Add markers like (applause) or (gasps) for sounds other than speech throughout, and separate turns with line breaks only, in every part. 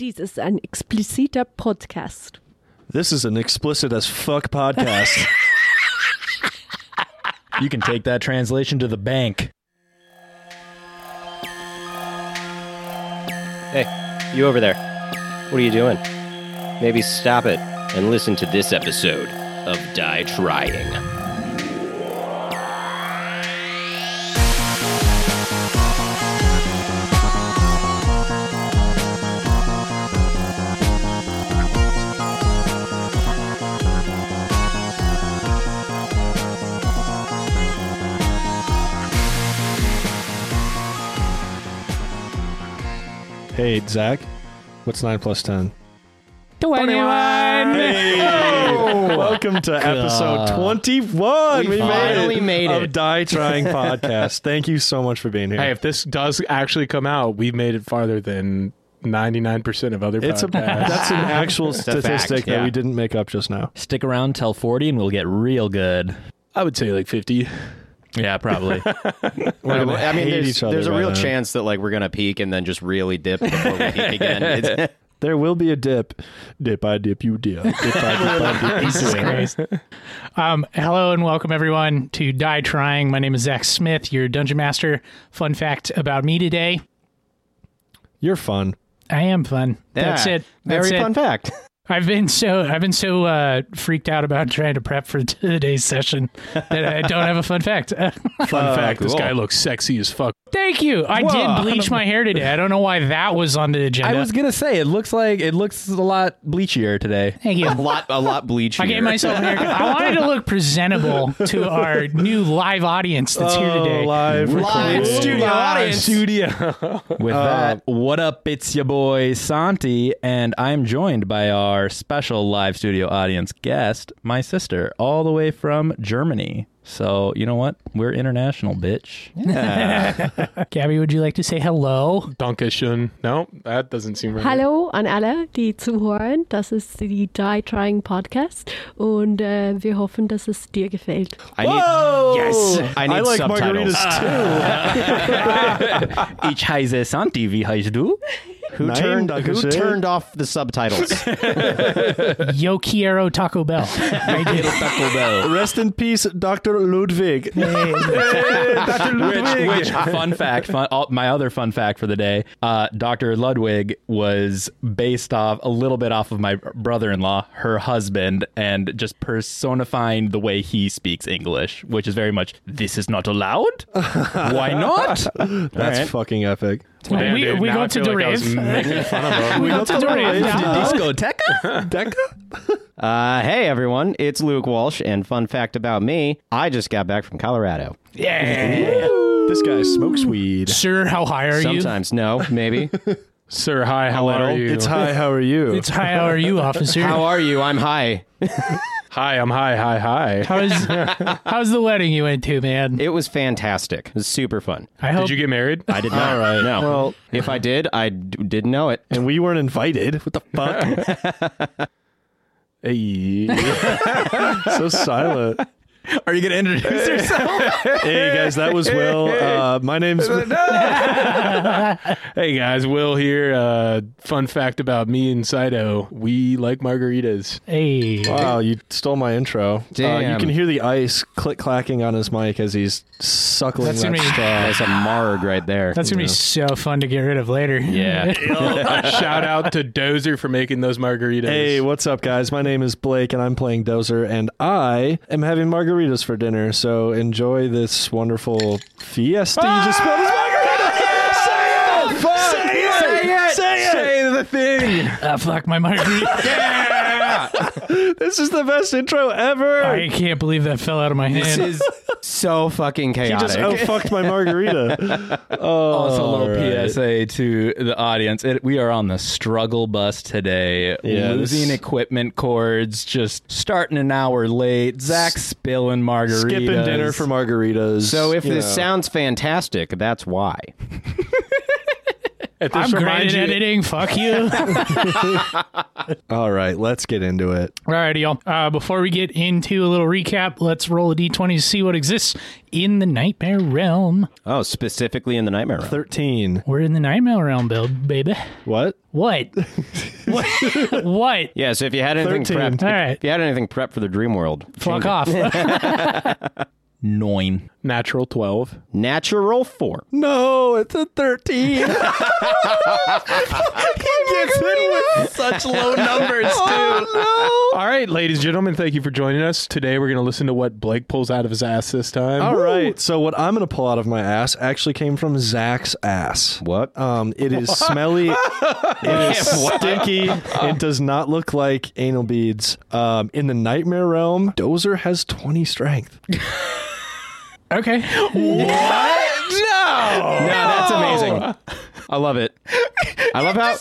Dies ist ein expliziter Podcast.
This is an explicit as fuck
(laughs)
podcast.
You can take that translation to the bank.
Hey, you over there. What are you doing? Maybe stop it and listen to this episode of Die Trying.
hey, Zach, what's 9 plus 10?
21!
Hey! Welcome to episode 21. We,
finally made
Of
it.
Die
(laughs)
Trying Podcast. Thank you so much for being here.
Hey, if this does actually come out, we've made it farther than 99% of other
it's a
podcasts.
that's an actual
a fact,
statistic that
yeah.
we didn't make up just now.
Stick around till 40 and we'll get real good.
I would say like 50.
Yeah, probably.
We're gonna
I mean,
hate
there's,
each other
there's a
by
real
then.
chance that like we're gonna peak and then just really dip before we peak again. It's-
There will be a dip. Dip, I dip, you dip. Dip, I
(laughs)
dip, I dip, you dip.
Um, hello and welcome everyone to Die Trying. My name is Zach Smith, your dungeon master. Fun fact about me today:
You're fun.
I am fun. That's
Yeah.
it. That's
Very
it.
fun fact.
(laughs) I've been so I've been so uh, freaked out about trying to prep for (laughs) today's session that I don't have a fun fact. (laughs)
Fun fact this
Uh, cool.
guy looks sexy as fuck.
Thank you. I did bleach my hair today. I don't know why that was on the
(laughs)
agenda.
I was going to say, it looks like it looks a lot bleachier today.
Thank
(laughs)
you.
A lot, a lot bleach.
I
here.
gave myself an haircut. I wanted to look presentable to our new live audience that's here
Oh,
Oh,
today.
live.
live studio audience.
With that, what up? It's your boy Santi, and I'm joined by our special live studio audience guest, my sister, all the way from Germany. So, you know what? We're international, (laughs) bitch.
Gabby, would you like to say hello?
Dankeschön. No, that doesn't seem right.
Hallo an alle, die zuhören. Das ist die Die Trying Podcast und äh, wir hoffen, dass es dir gefällt.
I need, Yes. I need
like
subtitles.
margaritas too.
Ich heiße Santi, wie heißt du?
Who
Nein,
turned?
danke
Who
schön.
turned off the subtitles?
Yo Quiero
(laughs)
Taco Bell.
Taco Bell.
Rest in peace, Dr. Ludwig.
which, which fun fact, fun, all, my other fun fact for the day, uh, Dr. Ludwig was based off a little bit off of my brother-in-law, her husband, and just personifying the way he speaks English, which is very much, this is not allowed? Why not?
That's fucking epic.
Damn,
we
dude,
we
now
go
I feel
to the
like I was
rave.
(laughs) making fun of
(laughs)
him.
we go
got
to
the
the
rave.
rave. now.
Discoteca?
Deca?
Uh, hey everyone, it's Luke Walsh, and fun fact about me, I just got back from Colorado.
This guy smokes weed.
Sir, how high are you?
Sometimes, no,
(laughs)
maybe.
Sir, hi, how are you?
It's hi, how are you?
It's high. How
(laughs)
are you, officer?
How are you? I'm high.
hi, I'm hi, hi, hi. (laughs)
how's how's the wedding you went to, man?
It was fantastic. It was super fun.
I hope
Did you get married?
I did not. All right. No. Well, if I did, I d- didn't know it.
and we weren't invited. What the fuck?
Hey.
(laughs) so silent.
Are you going
(laughs)
to introduce yourself?
Hey guys, that was Will. Uh, my name's
hey guys, Will here. Uh, fun fact about me and Saito, we like margaritas.
hey.
Wow, you stole my intro. Uh, you
Damn.
can hear the ice click clacking on his mic as he's suckling
That's
that
gonna be-
straw.
That's a marg right there.
That's gonna be so fun to get rid of later.
Yeah.
(laughs) Shout out to Dozer for making those margaritas.
(laughs) Hey, what's up, guys? My name is Blake, and I'm playing Dozer, and I am having margaritas for dinner. So enjoy this wonderful fiesta. You just spelled his margarita. Say it! Say it! Say it!
Say the thing.
(laughs) Ah, fuck
(laughs)
my margarita.
This is the best intro ever.
I can't believe that fell out of my
This
hand.
is so fucking
He
chaotic.
just oh fucked my margarita. Oh,
Also, a little
Alright.
PSA to the audience. It, we are on the struggle bus today.
Yeah, this-
Losing equipment cords, just starting an hour late. Zach spilling margaritas.
Skipping dinner for margaritas.
so if
you
this
know.
sounds fantastic, that's why.
At
I'm
this
great
reminds
at
you-
editing.
(laughs)
Fuck you.
All right, let's get into it.
Alrighty, y'all. Uh, before we get into a little recap, let's roll a d20 to see what exists in the nightmare realm.
Oh, specifically in the nightmare realm.
13.
We're in the nightmare realm, Bill, baby.
What?
What? what? what?
Yeah, so if you had anything
13.
prepped,
All right.
if you had anything prepped for the dream world,
Fuck off.
Nine.
Natural 12.
natural four.
No, it's a 13. (laughs) he gets it with
Such low numbers, dude.
All right, ladies and gentlemen, thank you for joining us. Today we're going to listen to what Blake pulls out of his ass this time.
All right. So what I'm going to pull out of my ass actually came from Zach's ass.
Oh,
What?
Um, it is smelly. it is stinky. It does not look like anal beads. Um, in the nightmare realm, Dozer has 20 strength.
(laughs) okay.
No, that's amazing. I love it. I love how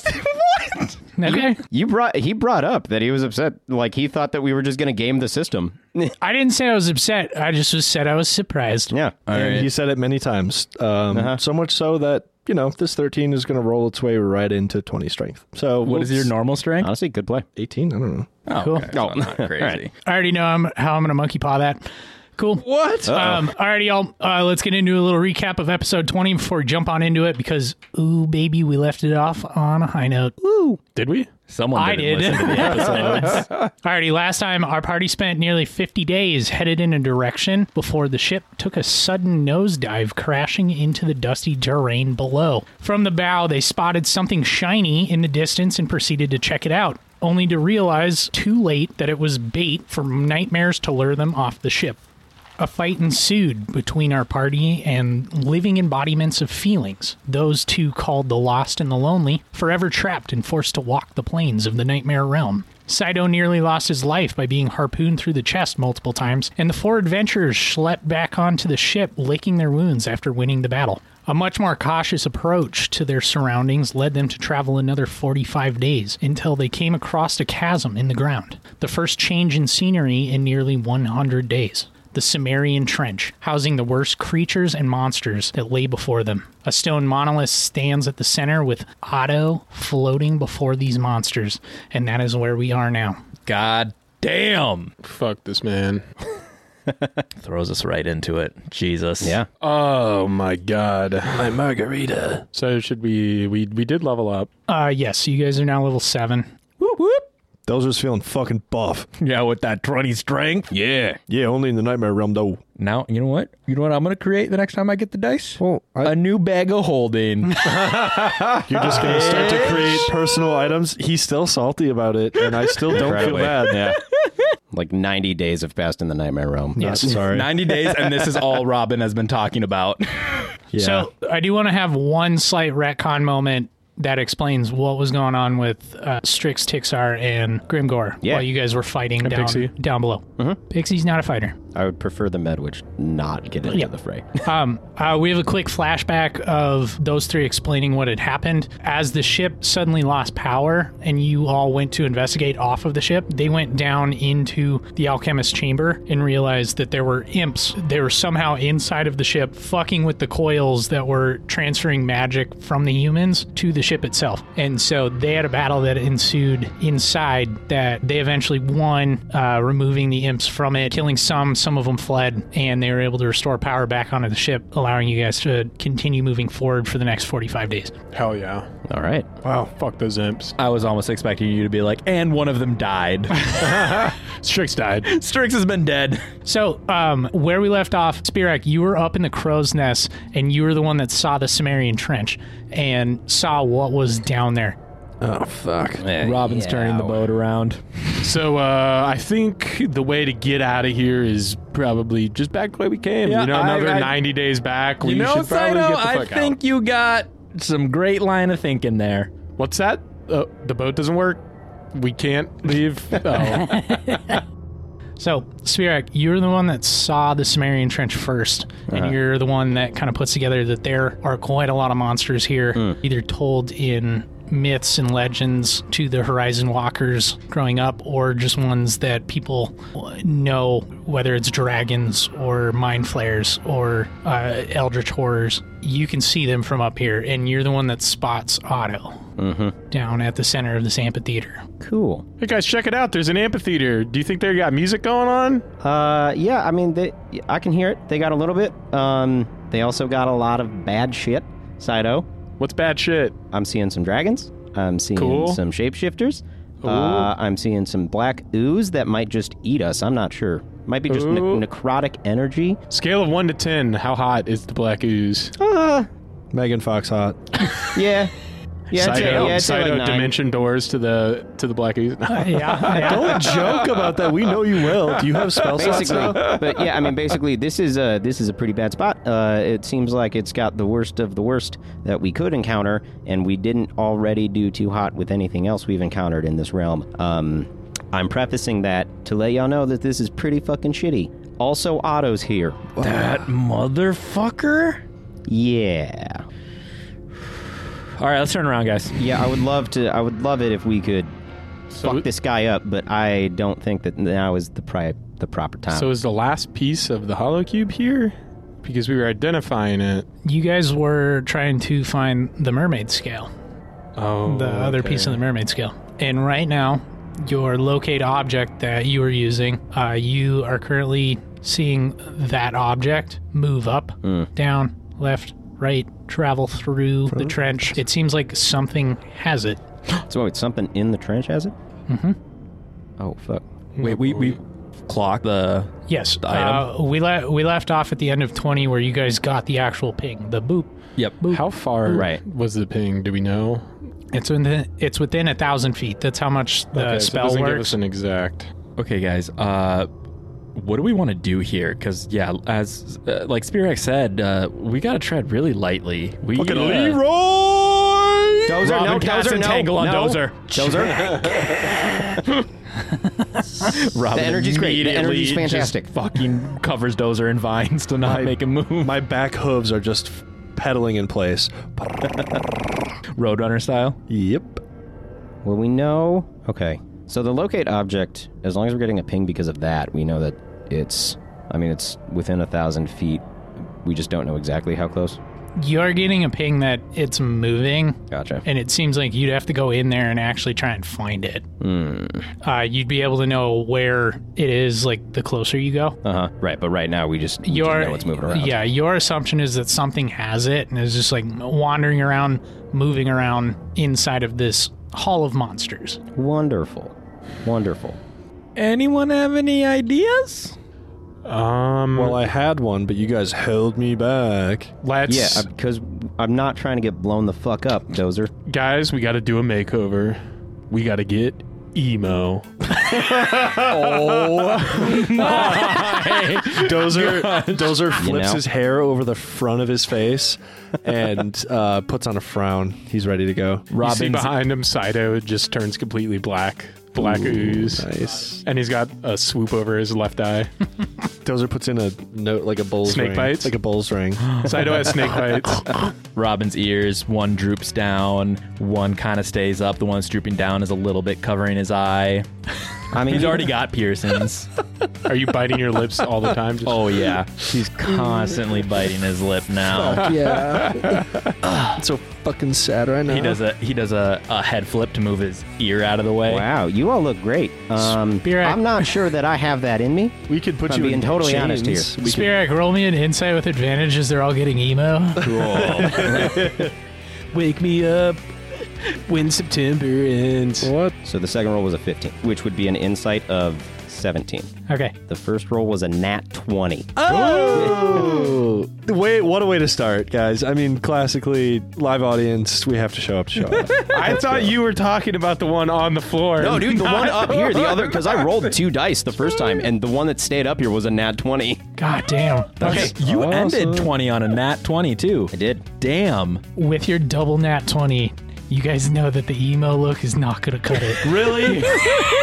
Okay.
you brought he brought up that he was upset, like he thought that we were just going to game the (laughs) system.
I didn't say I was upset. I just was said I was surprised.
Yeah.
and he said it many times. Um, So much so that, you know, this 13 is going to roll its way right into 20 strength. So
What is your normal strength?
Honestly, good play.
18? I don't know.
Oh,
Cool.
okay. so
Oh.
not crazy.
Alright.
I already know I'm, how I'm going to monkey paw that. Cool. What? Um, alrighty, y'all. Uh, let's get into a little recap of episode 20 before we jump on into it because, ooh, baby, we left it off on a high note.
Did we?
Someone
I
didn't
did.
listen
(laughs)
to the episodes.
Alrighty, last time our party spent nearly 50 days headed in a direction before the ship took a sudden nosedive, crashing into the dusty terrain below. From the bow, they spotted something shiny in the distance and proceeded to check it out, only to realize too late that it was bait for nightmares to lure them off the ship. A fight ensued between our party and living embodiments of feelings, those two called the lost and the lonely, forever trapped and forced to walk the plains of the nightmare realm. Saito nearly lost his life by being harpooned through the chest multiple times, and the four adventurers schlepped back onto the ship, licking their wounds after winning the battle. A much more cautious approach to their surroundings led them to travel another 45 days until they came across a chasm in the ground, the first change in scenery in nearly 100 days the Cimmerian Trench, housing the worst creatures and monsters that lay before them. A stone monolith stands at the center with Otto floating before these monsters, and that is where we are now.
God damn.
Fuck this man.
Throws us right into it. Jesus.
Yeah.
Oh my god. My margarita. So should we we we did level up.
Uh yes, you guys are now level 7.
Dozer's feeling fucking buff.
Yeah, with that 20 strength.
Yeah.
Yeah, only in the nightmare realm, though.
Now, you know what? You know what I'm going to create the next time I get the dice?
Well, I,
a new bag of holding.
You're just
(laughs)
gonna start to create personal items. He's still salty about it, and I still don't feel
Incredibly.
bad. (laughs)
Yeah. Like 90 days have passed in the nightmare realm.
Yes.
(laughs)
Sorry.
90 days, and this is all Robin has been talking about.
yeah.
So, I do want to have one slight retcon moment that explains what was going on with uh, Strix, Tixar, and Grimgore
Yeah.
while you guys were fighting down,
Pixie.
down below. Pixie's not a fighter.
I would prefer the Medwitch not get into
Yeah.
the fray. (laughs)
Um, uh, we have a quick flashback of those three explaining what had happened. As the ship suddenly lost power and you all went to investigate off of the ship, they went down into the alchemist's chamber and realized that there were imps. They were somehow inside of the ship, fucking with the coils that were transferring magic from the humans to the ship itself. And so they had a battle that ensued inside that they eventually won, uh, removing the imps from it, killing some. Some of them fled, and they were able to restore power back onto the ship, allowing you guys to continue moving forward for the next 45 days.
Hell yeah.
All right.
Wow, fuck those imps.
I was almost expecting you to be like, and one of them died. (laughs)
Strix died.
Strix has been dead.
So, um, where we left off, Spirac, you were up in the crow's nest, and you were the one that saw the Cimmerian trench and saw what was down there.
oh fuck.
Robin's turning the boat around.
So uh, I think the way to get out of here is probably just back the way we came.
Yeah,
you know, another
I- I-
90 days back. We
You know,
should probably
Saito,
get the
I
fuck
think you got some great line of thinking there.
out. What's that? Uh, the boat doesn't work. We can't
(laughs)
leave. Oh.
So, Spirac, you're the one that saw the Cimmerian Trench 1st and you're the one that kind of puts together that there are quite a lot of monsters here, either told in myths and legends to the Horizon Walkers growing up, or just ones that people know, whether it's dragons or mind flares or uh, eldritch horrors. You can see them from up here, and you're the one that spots Otto down at the center of this amphitheater.
Cool.
Hey guys, check it out. There's an amphitheater. Do you think they got music going on?
Uh, yeah, I mean, they, I can hear it. They got a little bit. Um, they also got a lot of bad shit. Sido,
What's bad shit?
I'm seeing some dragons. I'm seeing
Cool.
some shapeshifters. Uh, I'm seeing some black ooze that might just eat us. I'm not sure. Might be just ne-
Ooh.
necrotic energy.
Scale of one to ten. How hot is the black ooze?
Uh,
Megan Fox hot.
yeah. Yeah, I'd say-
Sido,
yeah, I'd say
Sido
like nine.
dimension doors to the to the black ooze.
yeah.
Don't joke about that. We know you well. Do you have spell slots
basically.
(laughs)
now?
but yeah, I mean, basically, this is a this is a pretty bad spot. Uh, it seems like it's got the worst of the worst that we could encounter, and we didn't already do too hot with anything else we've encountered in this realm. Um, I'm prefacing that to let y'all know that this is pretty fucking shitty. Also, Otto's here.
That motherfucker.
Yeah,
All right, let's turn around, guys.
yeah. I would love to. I would love it if we could
(laughs) So,
fuck this guy up, but I don't think that now is the pri- the proper time.
so is the last piece of the hollow cube here? Because we were identifying it.
You guys were trying to find the mermaid scale.
Oh,
the other piece of the mermaid scale. And right now, your locate object that you are using, uh, you are currently seeing that object move up,
Hmm.
down, left, right, travel through the trench. It seems like something has it.
so wait, something in the trench has it? Mm-hmm. Oh fuck.
Wait, we we clock the
Yes,
item?
uh, we le- we left off at the end of twenty where you guys got the actual ping, the boop.
yep.
How far
Right.
was the ping? Do we know?
It's within it's within a thousand feet. That's how much the
Okay, so it
spell
doesn't give us
works.
an exact.
Okay, guys. Uh, what do we want to do here? Because yeah, as uh, like Spearx said, uh, we gotta tread really lightly. We
Fucking
uh,
Leroy!
Dozer,
Robin
no,
Katz
Dozer, no,
entangle on
no.
Dozer.
Dozer.
(laughs) Robin
The energy's great. The
immediately
energy's
just
fantastic.
Fucking covers Dozer in vines to not
My-
make him move.
My back hooves are just f- pedaling in place.
Roadrunner style.
Yep.
well, we know. Okay. So the locate object, as long as we're getting a ping because of that, we know that it's. I mean, it's within a thousand feet. We just don't know exactly how close.
You're getting a ping that it's moving,
Gotcha.
and it seems like you'd have to go in there and actually try and find it.
Hmm.
Uh, you'd be able to know where it is, like the closer you go.
Uh huh. Right, but right now we just, we just
Your
know it's moving around.
yeah, your assumption is that something has it and is just like wandering around, moving around inside of this hall of monsters.
Wonderful. Wonderful.
Anyone have any ideas?
Um,
Well, I had one, but you guys held me back.
let's
Yeah, because I'm not trying to get blown the fuck up, Dozer.
guys, we got to do a makeover. We got to get emo.
(laughs) Dozer Dozer flips
know?
his hair over the front of his face and uh, puts on a frown. He's ready to go.
Robin see
Robin's-
behind him, Sido just turns completely black, black ooze,
Nice.
and he's got a swoop over his left eye.
Dozer puts in a note like a bull's
Snake
ring.
bites?
Like a bull's
(laughs)
ring.
Sido has snake bites.
Robin's ears. One droops down. One kind of stays up. The one that's drooping down is a little bit covering his eye.
I mean,
He's already got
(laughs)
piercings.
Are you biting your lips all the time? Just-
Oh yeah, he's constantly biting his lip
(laughs)
now.
yeah. it's so fucking sad right now.
He does a he does a, a head flip to move his ear out of the way.
Wow, you all look great. Um,
Spirit.
I'm not sure that I have that in me.
We could put
I'm
you
being
in
totally
chains.
honest here.
We could-
Spirak, roll me an insight with advantage as they're all getting emo.
(laughs)
Wake me up when September ends.
what?
So the second roll was a 15, which would be an insight of 17.
Okay.
The first roll was a nat 20.
Oh, wait! What a way to start, guys. I mean, classically, live audience, we have to show up to show up.
I thought you were talking about the one on the floor.
No, Oh, dude, the one up here, the other, because I rolled two dice the first time, and the one that stayed up here was a nat 20.
God damn.
Okay, you ended twenty on a nat twenty too.
I did.
Damn.
With your double nat 20, You guys know that the emo look is not going to cut it.
Really?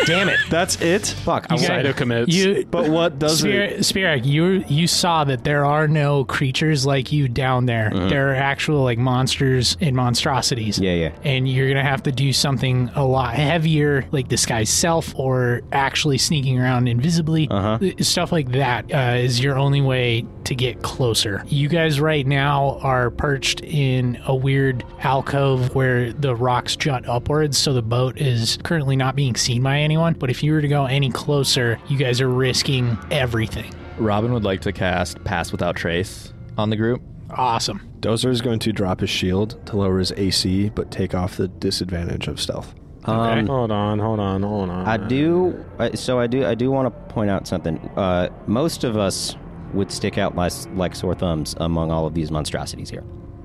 Damn it.
That's it?
Fuck. I
You guys-
want-
Saito commits.
You,
But what does it?
Spirit, Spirit, you you saw that there are no creatures like you down there.
Mm-hmm.
There are actual like monsters and monstrosities.
Yeah, yeah.
And you're gonna have to do something a lot heavier, like disguise self or actually sneaking around invisibly. Uh-huh. Stuff like that uh, is your only way to get closer. You guys right now are perched in a weird alcove where the rocks jut upwards, so the boat is currently not being seen by anyone. But if you were to go any closer, you guys are risking everything.
Robin would like to cast Pass Without Trace on the group.
Awesome.
Dozer is going to drop his shield to lower his AC, but take off the disadvantage of stealth.
Um,
Okay, hold on, hold on, hold on.
I do. I, so I do. I do want to point out something. Uh, most of us would stick out like, like sore thumbs among all of these monstrosities here.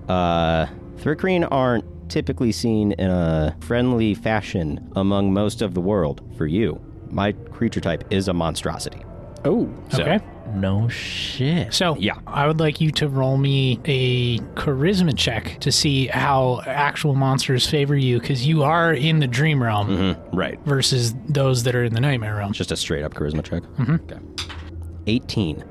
Uh, Thricrine aren't typically seen in a friendly fashion among most of the world. For you, my creature type is a monstrosity.
Oh,
Okay.
No shit.
So
Yeah.
I would like you to roll me a charisma check to see how actual monsters favor you, because you are in the dream realm
(laughs) Right.
versus those that are in the nightmare realm.
Just a straight up charisma check. Okay. Eighteen.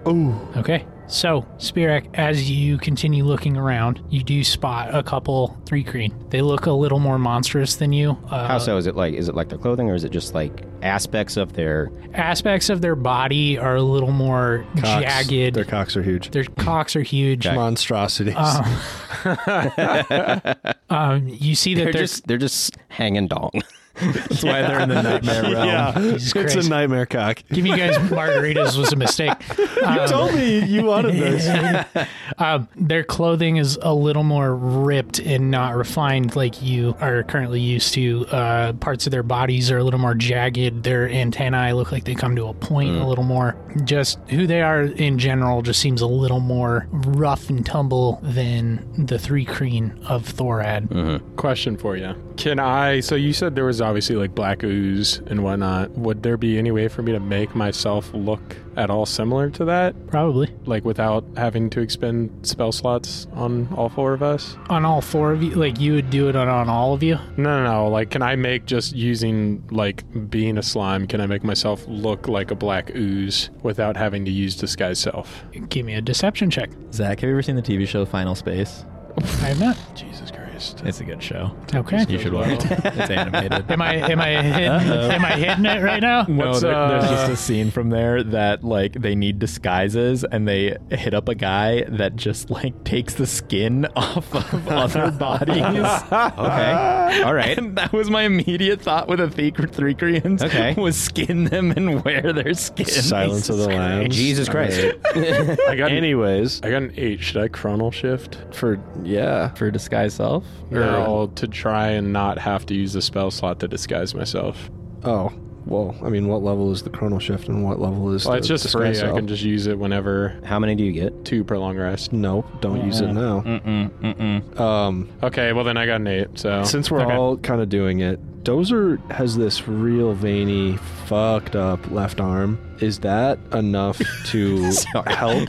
Okay. So, Spirac, as you continue looking around, you do spot a couple three green. They look a little more monstrous than you. Uh,
How so? Is it like? Is it like their clothing, or is it just like aspects of their?
aspects of their body are a little more
Cocks.
jagged.
Their cocks are huge.
Their cocks are huge.
Monstrosities. (laughs)
Um, you see that
They're
they're,
just they're just hanging dong.
That's why they're in the nightmare realm.
yeah, it's
Jesus Christ.
a nightmare cock. Um,
giving you
(laughs)
guys margaritas was a mistake.
You told me you wanted this. (laughs)
Um, their clothing is a little more ripped and not refined like you are currently used to. Uh, parts of their bodies are a little more jagged. Their antennae look like they come to a point a little more. Just who they are in general just seems a little more rough and tumble than the three crean of Thorad.
Question for you. Can I? So you said there was obviously like black ooze and whatnot. Would there be any way for me to make myself look at all similar to that?
Probably.
Like without having to expend spell slots on all four of us?
On all four of you, like you would do it on, on all of you.
No, no, no. Like, can I make just using like being a slime? Can I make myself look like a black ooze without having to use disguise self?
Give me a deception check.
Zach, have you ever seen the TV show Final Space?
I have not.
Jesus Christ.
It's a good
(laughs)
show.
Okay.
You should watch it. It's animated.
Am I am I hidden, am I hidden it right now?
No,
What's,
there, there's
uh,
just a scene from there that like they need disguises and they hit up a guy that just like takes the skin (laughs) off
(laughs)
of other bodies.
(laughs)
Okay. All right.
and that was my immediate thought with a thief three Koreans.
Okay.
(laughs) was skin them and wear their skin.
Silence of the Lambs.
(laughs) Jesus Christ.
I got an,
Anyways,
I got an eight. Should I chronal shift?
for yeah,
for disguise self.
Or to try and not have to use the spell slot to disguise myself.
Oh, well, I mean, what level is the chronal shift and what level is
Well,
the
it's just free.
disguise
I
self?
can just use it whenever
How many do you get?
two per long rest.
No, don't use it now. Mm-mm, mm-mm. Um,
Okay, well then I got an eight. So
since we're all kind of doing it, Dozer has this real veiny, fucked up left arm. Is that enough to help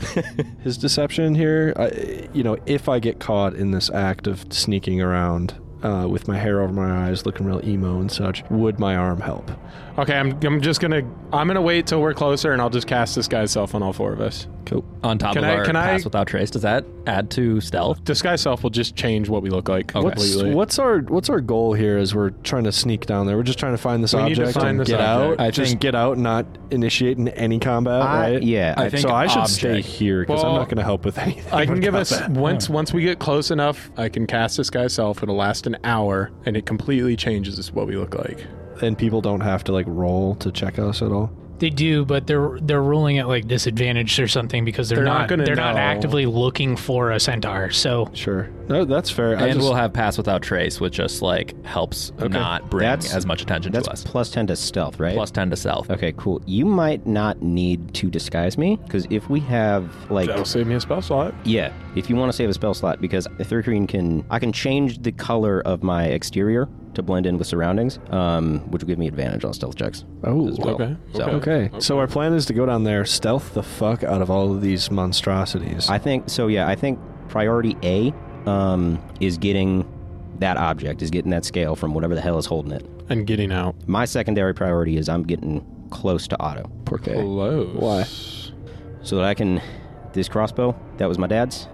his deception here? I, you know, if I get caught in this act of sneaking around. Uh, with my hair over my eyes, looking real emo and such, would my arm help?
okay, I'm I'm just gonna I'm gonna wait till we're closer and I'll just cast disguise self on all four of us.
Cool.
on top
Can
of
I-
our
can I-
pass without trace, does that add to stealth?
Disguise self will just change what we look like
What's,
completely.
what's our what's our goal here as we're trying to sneak down there? We're just trying to find this
We need
object
to find
and
this
get
object.
out.
I
just
think-
get out, and not initiating any combat,
I-
right?
yeah,
I
I
think
think so. I should
object.
stay here because
Well,
I'm not going to help with anything.
I can give
about
us
that.
once once we get close enough, I can cast disguise self. It'll last an hour, and it completely changes what we look like.
(laughs) and people don't have to like roll to check us at all.
They do, but they're they're ruling it like disadvantaged or something because they're,
They're not
not,
gonna
they're not
know.
actively looking for a centaur. So
Sure, no, that's fair. I
and
just,
we'll have pass without trace, which just like helps not bring
That's-
as much attention to
That's
us.
plus 10 to stealth, right?
Plus ten to stealth.
Okay, cool. You might not need to disguise me because if we have like,
That'll save me a spell slot.
yeah, if you want to save a spell slot, because Thurkarine can, I can change the color of my exterior to blend in with surroundings, um, which will give me advantage on stealth checks.
Oh,
as well.
okay,
So
okay. So our plan is to go down there, stealth the fuck out of all of these monstrosities.
I think so. Yeah, I think priority A um, is getting that object, is getting that scale from whatever the hell is holding it.
and getting out.
My secondary priority is I'm getting close to Otto
Porque.
Close.
Why?
so that I can. This crossbow, that was my dad's.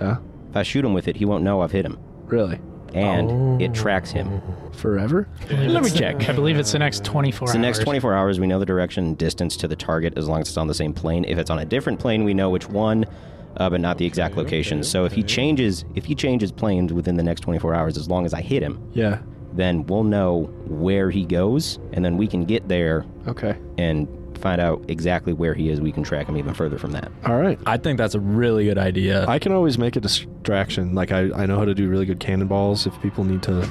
Yeah.
If I shoot him with it, he won't know I've hit him.
Really?
And
Oh.
it tracks him.
Forever?
Let me check.
I believe it's the next 24
So the next
hours.
24 hours, we know the direction and distance to the target as long as it's on the same plane. If it's on a different plane, we know which one, uh, but not the exact location. So if he changes, if he changes planes within the next 24 hours, as long as I hit him,
Yeah.
then we'll know where he goes, and then we can get there
Okay.
and find out exactly where he is. We can track him even further from that.
All right.
I think that's a really good idea.
I can always make a distraction. Like I, I know how to do really good cannonballs if people need to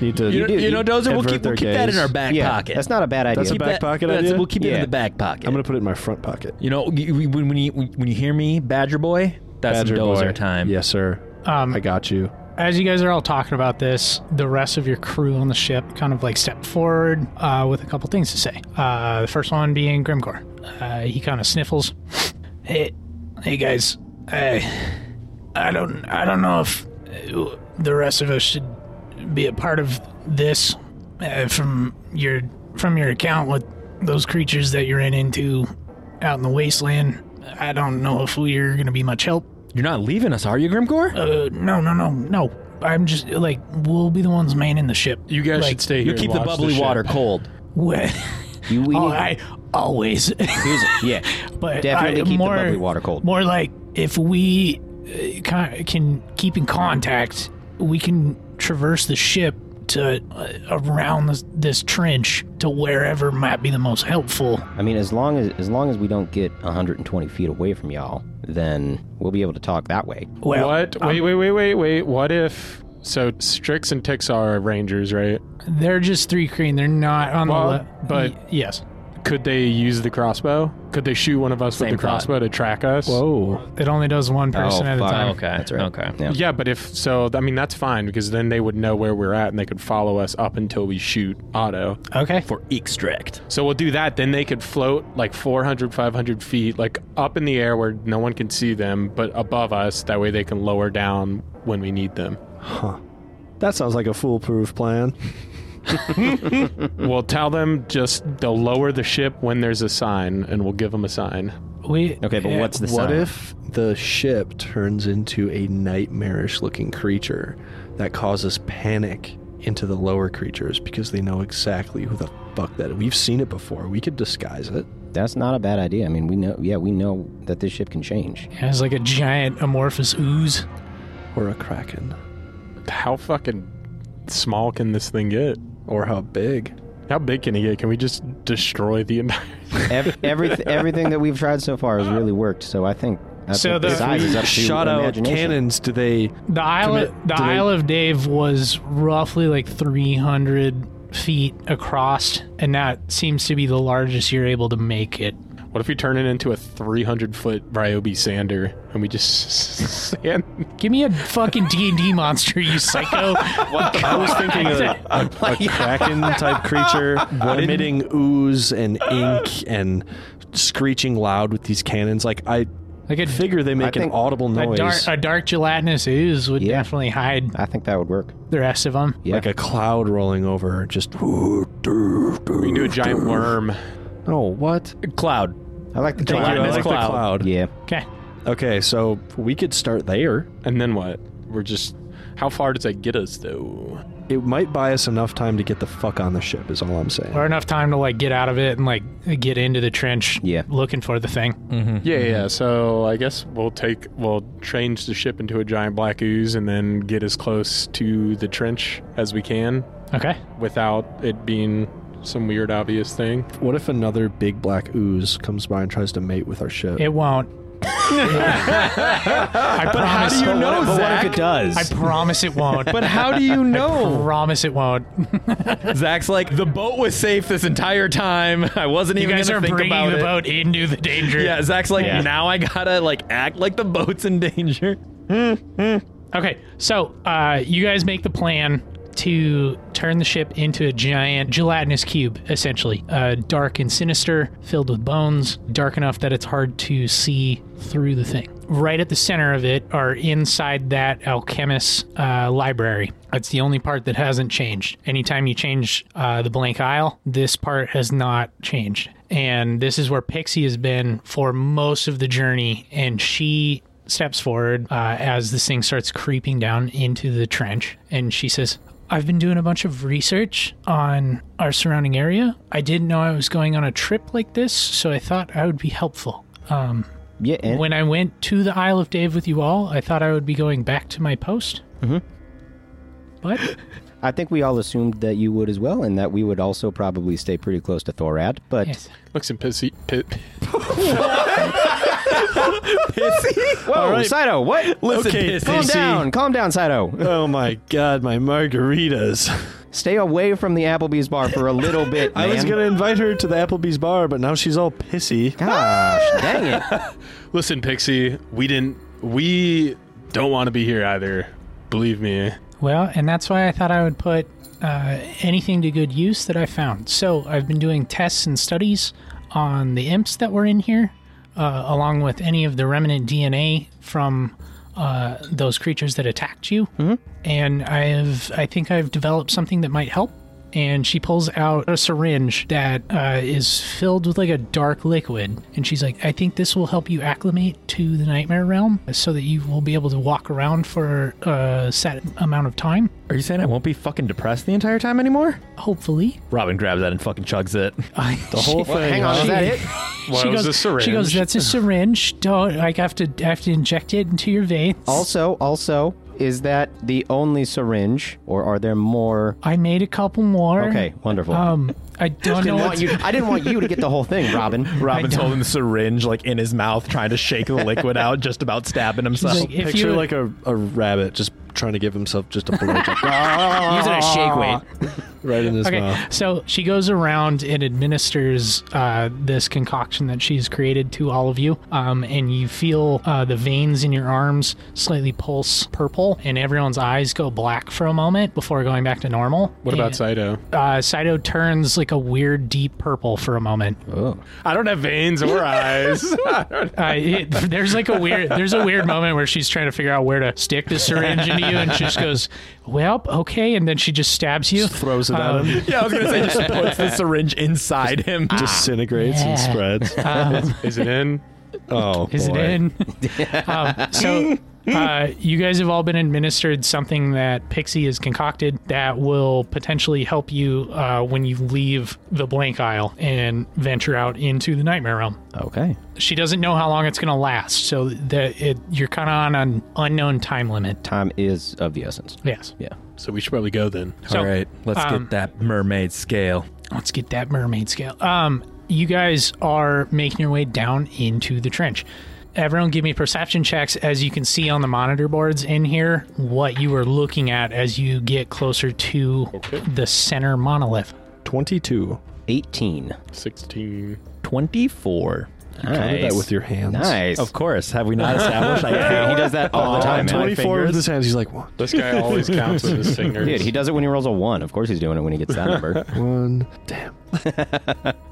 need to.
you, know, you know, Dozer, we'll
Invert
keep,
their
we'll keep that in
gaze.
our back pocket.
that's not a bad idea.
That's a
Keep
back
that-
pocket
that's-
idea?
We'll keep it in
Yeah.
the back pocket.
I'm gonna put it in my front pocket.
you know, you- you- when, when, you, when you hear me, Badger Boy, that's
Badger
Dozer
boy.
time.
Yes, sir.
Um,
I got you.
as you guys are all talking about this, the rest of your crew on the ship kind of like step forward uh, with a couple things to say. Uh, the first one being Grimcore. Uh, he kind of sniffles. Hey, hey guys, I, I don't, I don't know if uh, the rest of us should be a part of this. Uh, from your, from your account with those creatures that you ran into out in the wasteland, I don't know if we're gonna be much help.
You're not leaving us, are you, Grimcore?
Uh, no, no, no, no. I'm just like we'll be the ones manning the ship. (laughs)
You guys
Like,
should stay here.
you keep
and
the
watch
bubbly
ship.
water cold.
Well,
You, we
oh,
need-
I always, (laughs)
here's- yeah,
(laughs)
but
definitely
I,
keep
more,
the bubbly water cold.
More like if we uh, can, can keep in contact, we can traverse the ship to uh, around this, this trench to wherever might be the most helpful.
I mean, as long as as long as we don't get 120 feet away from y'all, then we'll be able to talk that way.
Well,
Um,
What? Wait, wait, wait, wait, wait. What if? So Strix and Tix are rangers, right?
they're just three green. They're not on
Well,
the left.
but-
yes,
Could they use the crossbow? Could they shoot one of us
Same
with the crossbow to track us?
Whoa.
it only does one person at
Oh, fuck.
a time.
Okay,
That's right.
okay.
Yeah.
Yeah, but if so, I mean that's fine because then they would know where we're at and they could follow us up until we shoot Otto.
Okay.
For extract.
So we'll do that. Then they could float like 400, 500 feet, like up in the air where no one can see them, but above us. That way they can lower down when we need them.
That sounds like a foolproof plan.
We'll tell them just they'll lower the ship when there's a sign, and we'll give them a sign.
We
Okay, but
yeah.
what's the
What
sign?
if the ship turns into a nightmarish looking creature that causes panic into the lower creatures because they know exactly who the fuck that we've seen it before. We could disguise it.
That's not a bad idea. I mean, we know. Yeah, we know that this ship can change.
It has like a giant amorphous ooze.
Or a kraken.
How fucking small can this thing get?
Or how big.
How big can it get? Can we just destroy the entire? (laughs)
Ev- everyth- everything that we've tried so far has really worked. So I think. I
So
think the,
the-
size is up to
Shot out
imagination.
cannons. Do they
The Isle,
Commit-
of, the
do they-
Isle of Dave was roughly like 300 feet across, and that seems to be the largest you're able to make it.
What if we turn it into a 300 foot Ryobi sander and we just (laughs) sand?
Give me a fucking (laughs) D and D monster, you psycho!
I was thinking a,
(laughs)
a, a kraken type creature emitting ooze and ink and screeching loud with these cannons. Like I
Like a,
figure they make an
think-
audible
a
noise,
dark, a dark gelatinous ooze would
Yeah.
definitely hide
I think that would work.
the rest of them.
Yeah.
like a cloud rolling over.
(laughs)
Just
We do a giant worm.
oh what?
Cloud.
I like the
Thank you,
cloud.
I
Gelatinous
like the
cloud.
cloud.
Yeah.
Okay,
Okay, so we could start there.
And then what? We're just. How far does that get us though?
It might buy us enough time to get the fuck on the ship. Is all I'm saying.
or enough time to like get out of it and like get into the trench.
Yeah.
looking for the thing.
Mm-hmm.
Yeah, yeah. So I guess we'll take we'll change the ship into a giant black ooze and then get as close to the trench as we can
Okay,
without it being some weird obvious thing.
What if another big black ooze comes by and tries to mate with our ship?
it won't. I promise.
do you know,
But what if it does?
I promise it won't.
(laughs) But how do you know?
promise it won't.
(laughs) Zach's like, the boat was safe this entire time. (laughs) I wasn't
You
even
guys
gonna
are
think
bringing
about
the
it.
boat
(laughs)
into the danger.
Yeah, Zach's like,
Yeah.
now I gotta like act like the boat's in danger.
Okay, so uh, you guys make the plan to turn the ship into a giant gelatinous cube, essentially. Uh, dark and sinister, filled with bones, dark enough that it's hard to see through the thing. right at the center of it are inside that alchemist uh, library. It's the only part that hasn't changed. Anytime you change uh, the blank aisle, this part has not changed. And this is where Pixie has been for most of the journey, and she steps forward uh, as this thing starts creeping down into the trench. And she says, I've been doing a bunch of research on our surrounding area. I didn't know I was going on a trip like this, so I thought I would be helpful. Um,
Yeah, and
when I went to the Isle of Dave with you all, I thought I would be going back to my post. Mm-hmm. But
I think we all assumed that you would as well, and that we would also probably stay pretty close to Thorad. But
yes,
Looks in pissy.
(laughs)
Pit.
whoa, Oh, Saito, what?
Listen,
Okay,
Pissy.
calm down, calm down, Saito.
Oh my god, my margaritas. (laughs)
Stay away from the Applebee's bar for a little bit,
I
man.
was gonna invite her to the Applebee's bar, but now she's all pissy.
Gosh, dang it!
Listen, Pixie, we didn't. We don't want to be here either. Believe me.
well, and that's why I thought I would put uh, anything to good use that I found. So I've been doing tests and studies on the imps that were in here, uh, along with any of the remnant DNA from uh, those creatures that attacked you. Mm-hmm. And I've, I think I've developed something that might help. and she pulls out a syringe that uh, is filled with like a dark liquid. And she's like, I think this will help you acclimate to the nightmare realm so that you will be able to walk around for uh, a set amount of time,
Are you saying I won't be fucking depressed the entire time anymore?
hopefully. (laughs)
Robin grabs that and fucking chugs it.
The whole thing.
Hang on, is that it?
Why
she
was
goes,
a syringe?
She
(laughs)
goes, that's a syringe. Don't, like, I have to, I have to inject it into your veins.
Also, also, is that the only syringe, or are there more?
I made a couple more.
Okay, wonderful.
Um, I don't know
didn't
what
want you, I didn't want you to get the
(laughs)
whole thing, Robin.
Robin's
don't-
holding the syringe like in his mouth, trying to shake the liquid out, just about stabbing himself.
like, if
Picture
you-
like a, a rabbit just trying to give himself just a blowjob
Using a shake weight.
(laughs) right in his
Okay,
mouth.
so she goes around and administers uh, this concoction that she's created to all of you, um, and you feel uh, the veins in your arms slightly pulse purple, and everyone's eyes go black for a moment before going back to normal.
what about
And,
Saito?
uh, Saito turns like a weird deep purple for a moment.
I don't have veins or (laughs) eyes.
Uh, it, there's like a weird there's a weird moment where she's trying to figure out where to stick the syringe into you, and she just goes, "Well, okay," and then she just stabs you. Um,
Throws it at him,
(laughs) yeah, I was gonna say just (laughs) puts the syringe inside him.
disintegrates and
yeah.
spreads.
Is it in?
oh,
Is
boy.
it in? um, so, uh, you guys have all been administered something that Pixie has concocted that will potentially help you uh, when you leave the blank aisle and venture out into the nightmare realm.
Okay.
She doesn't know how long it's going to last, so that it, you're kind of on an unknown time limit.
Time is of the essence.
Yes.
Yeah.
So we should probably go then.
So-
let's
um,
that mermaid scale.
Let's get that mermaid scale. Um, you guys are making your way down into the trench. Everyone, give me perception checks as you can see on the monitor boards in here what you are looking at as you get closer to the center monolith.
Twenty-two.
18.
16.
Twenty-four.
Nice.
Cover that with your hands.
Nice.
Of course, have we (laughs) not established? I
He does that all the time.
my
man.
Twenty-four with
fingers.
his hands. He's like one,
This guy (laughs) always counts with his fingers.
(laughs) Dude, he does it when he rolls a one. Of course, he's doing it when he gets that number.
one. Damn.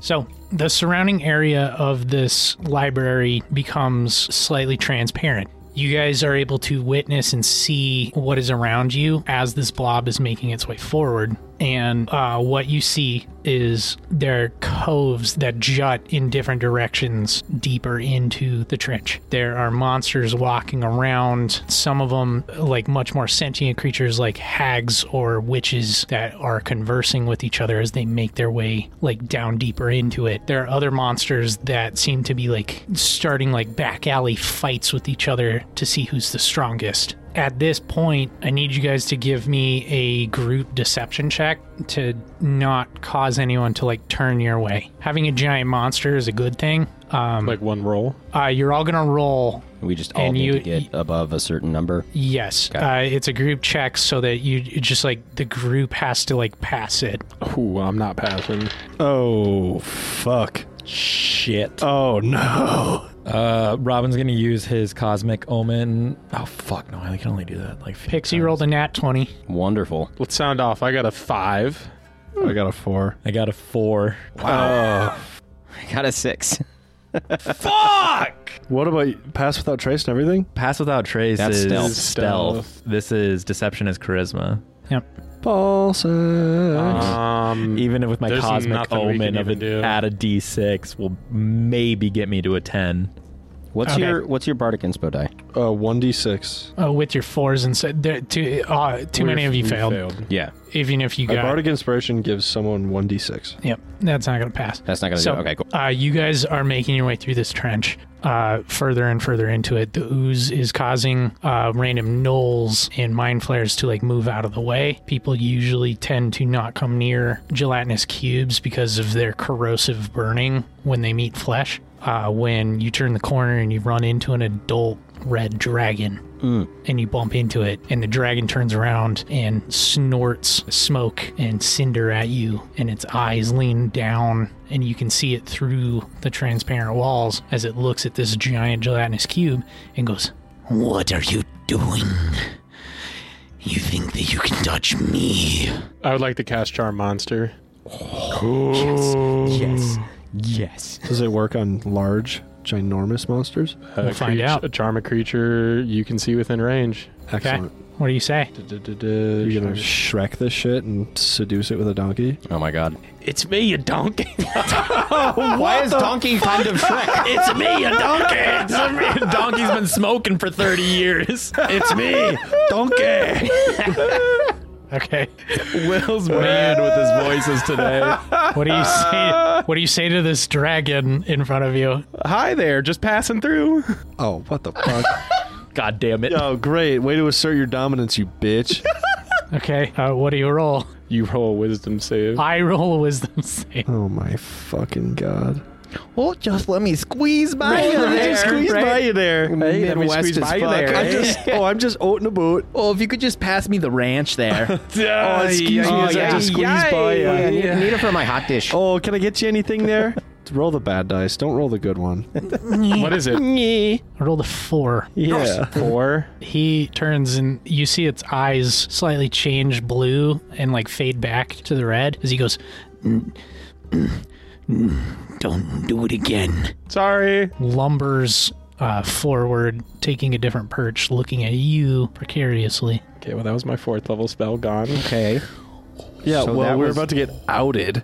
So, the surrounding area of this library becomes slightly transparent. You guys are able to witness and see what is around you as this blob is making its way forward. And uh, what you see is there are coves that jut in different directions deeper into the trench. There are monsters walking around, some of them like much more sentient creatures like hags or witches that are conversing with each other as they make their way like down deeper into it. There are other monsters that seem to be like starting like back alley fights with each other to see who's the strongest. At this point, I need you guys to give me a group deception check to not cause anyone to like turn your way. Having a giant monster is a good thing. Um,
Like one roll.
uh, you're all gonna roll
We just all
And
need
you-
to get above a certain number.
Yes, uh, it's a group check so that you it's just like the group has to like pass it.
Ooh, I'm not passing.
Oh fuck.
Shit.
Oh no.
Uh, Robin's gonna use his cosmic omen. Oh fuck no! I can only do that like. a few
Pixie
times.
rolled a nat twenty.
Wonderful.
Let's sound off. I got a five.
I got a four.
I got a four.
I got a six.
Fuck!
What about pass without trace and everything?
Pass without trace
That's
is
stealth.
stealth.
Stealth.
This is deception is charisma.
Yep.
Ball sex.
Uh-huh.
Um,
Even with my
There's
cosmic
nothing we
omen
can
of
even
it
do.
at a d6 will maybe get me to a 10.
What's
Okay.
your What's your bardic inspo die?
uh, 1d6.
Oh, with your fours and so, there, too, uh, too many of you
we
failed.
Yeah,
Even if you
A
got.
bardic inspiration gives someone 1d6.
Yep, that's not going to pass.
that's not gonna do. it. Okay, cool.
Uh, you guys are making your way through this trench uh, further and further into it. The ooze is causing uh, random knolls and mind flares to like move out of the way. People usually tend to not come near gelatinous cubes because of their corrosive burning when they meet flesh. Uh, when you turn the corner and you run into an adult red dragon, and you bump into it and the dragon turns around and snorts smoke and cinder at you and its eyes lean down and you can see it through the transparent walls as it looks at this giant gelatinous cube and goes what are you doing you think that you can touch me
I would like to cast Charm Monster.
Yes, yes.
Does it work on large, ginormous monsters?
A
We'll find
creature-
out.
a Charm a creature you can see within range.
Excellent.
what do you say
You're
You're
gonna Shrek this shit and seduce it with a donkey?
Oh my god.
It's me, you donkey.
Why is donkey kind of Shrek?
It's me, you donkey.
Donkey's been smoking for 30 years.
It's me,
(laughs)
donkey.
okay
Will's mad with his voices today.
what do
(laughs)
you say what do you say to this dragon in front of you
Hi there, just passing through.
Oh, what the (laughs) fuck?
God damn it.
oh, great. Way to assert your dominance, you bitch.
okay uh, what do you roll
You roll a wisdom save.
i roll a wisdom save
oh my fucking god.
Oh,
Well, just let me squeeze by
(laughs)
you there. right?
you there.
Hey, let me
Midwest
squeeze
as
by you
fuck.
there.
I'm just, oh, I'm just oating a boot.
Oh, if you could just pass me the ranch there.
Oh, excuse me, as I
yeah,
just squeeze
yeah,
by you.
Yeah, need, need it for my hot dish.
Oh, can I get you anything there? (laughs) roll the bad dice. Don't roll the good (laughs) one.
What is it?
I rolled a four.
Yeah.
Four.
He turns and you see its eyes slightly change blue and like fade back to the red as he goes,
Don't do it again.
Sorry.
lumbers uh, forward, taking a different perch, looking at you precariously.
Okay, well that was my fourth level spell gone.
Okay,
Yeah,
So
well,
that
we're
was-
about to get outed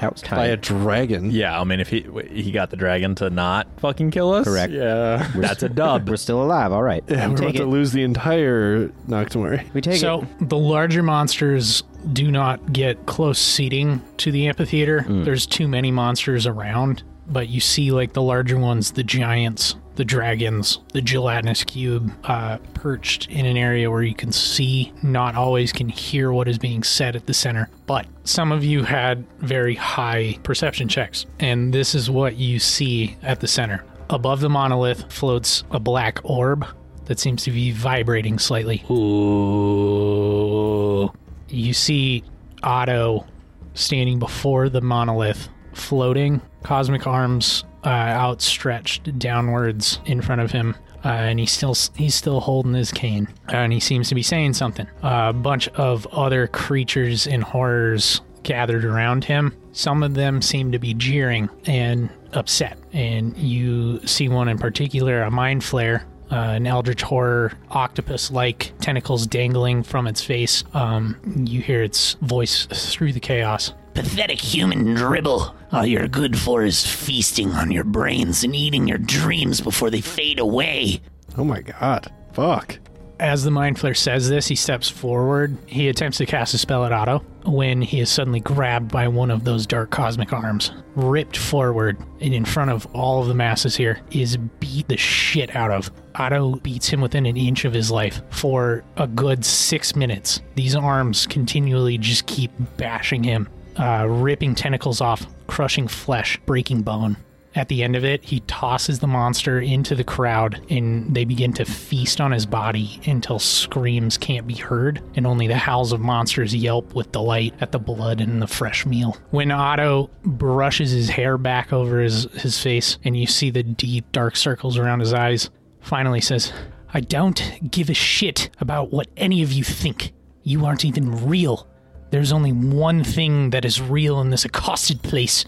that was time.
by a dragon.
(laughs) Yeah, I mean, if he he got the dragon to not fucking kill us,
Correct.
Yeah.
That's a dub.
We're still alive. All right.
Yeah,
we
we're
take
about to
it.
lose the entire Noctamori.
We take
so
it.
the larger monsters do not get close seating to the amphitheater.
Mm.
There's too many monsters around, but you see like the larger ones, the giants, the dragons, the gelatinous cube, uh, perched in an area where you can see, not always can hear what is being said at the center. But some of you had very high perception checks, and this is what you see at the center. Above the monolith floats a black orb that seems to be vibrating slightly. Ooh. You see Otto standing before the monolith, floating, cosmic arms uh, outstretched downwards in front of him. Uh, and he's still he's still holding his cane, and he seems to be saying something. a bunch of other creatures and horrors gathered around him. Some of them seem to be jeering and upset, and you see one in particular, a mind flare, uh, an eldritch horror, octopus-like tentacles dangling from its face. Um, you hear its voice through the chaos.
Pathetic human dribble. All you're good for is feasting on your brains and eating your dreams before they fade away.
Oh my god. Fuck.
As the mind flare says this, he steps forward. He attempts to cast a spell at Otto when he is suddenly grabbed by one of those dark cosmic arms, ripped forward, and in front of all of the masses here is beat the shit out of. Otto beats him within an inch of his life for a good six minutes. These arms continually just keep bashing him, uh, ripping tentacles off, crushing flesh, breaking bone. At the end of it, he tosses the monster into the crowd and they begin to feast on his body until screams can't be heard and only the howls of monsters yelp with delight at the blood and the fresh meal. When Otto brushes his hair back over his, his face and you see the deep dark circles around his eyes, finally says, I don't give a shit about what any of you think. You aren't even real. There's only one thing that is real in this accosted place,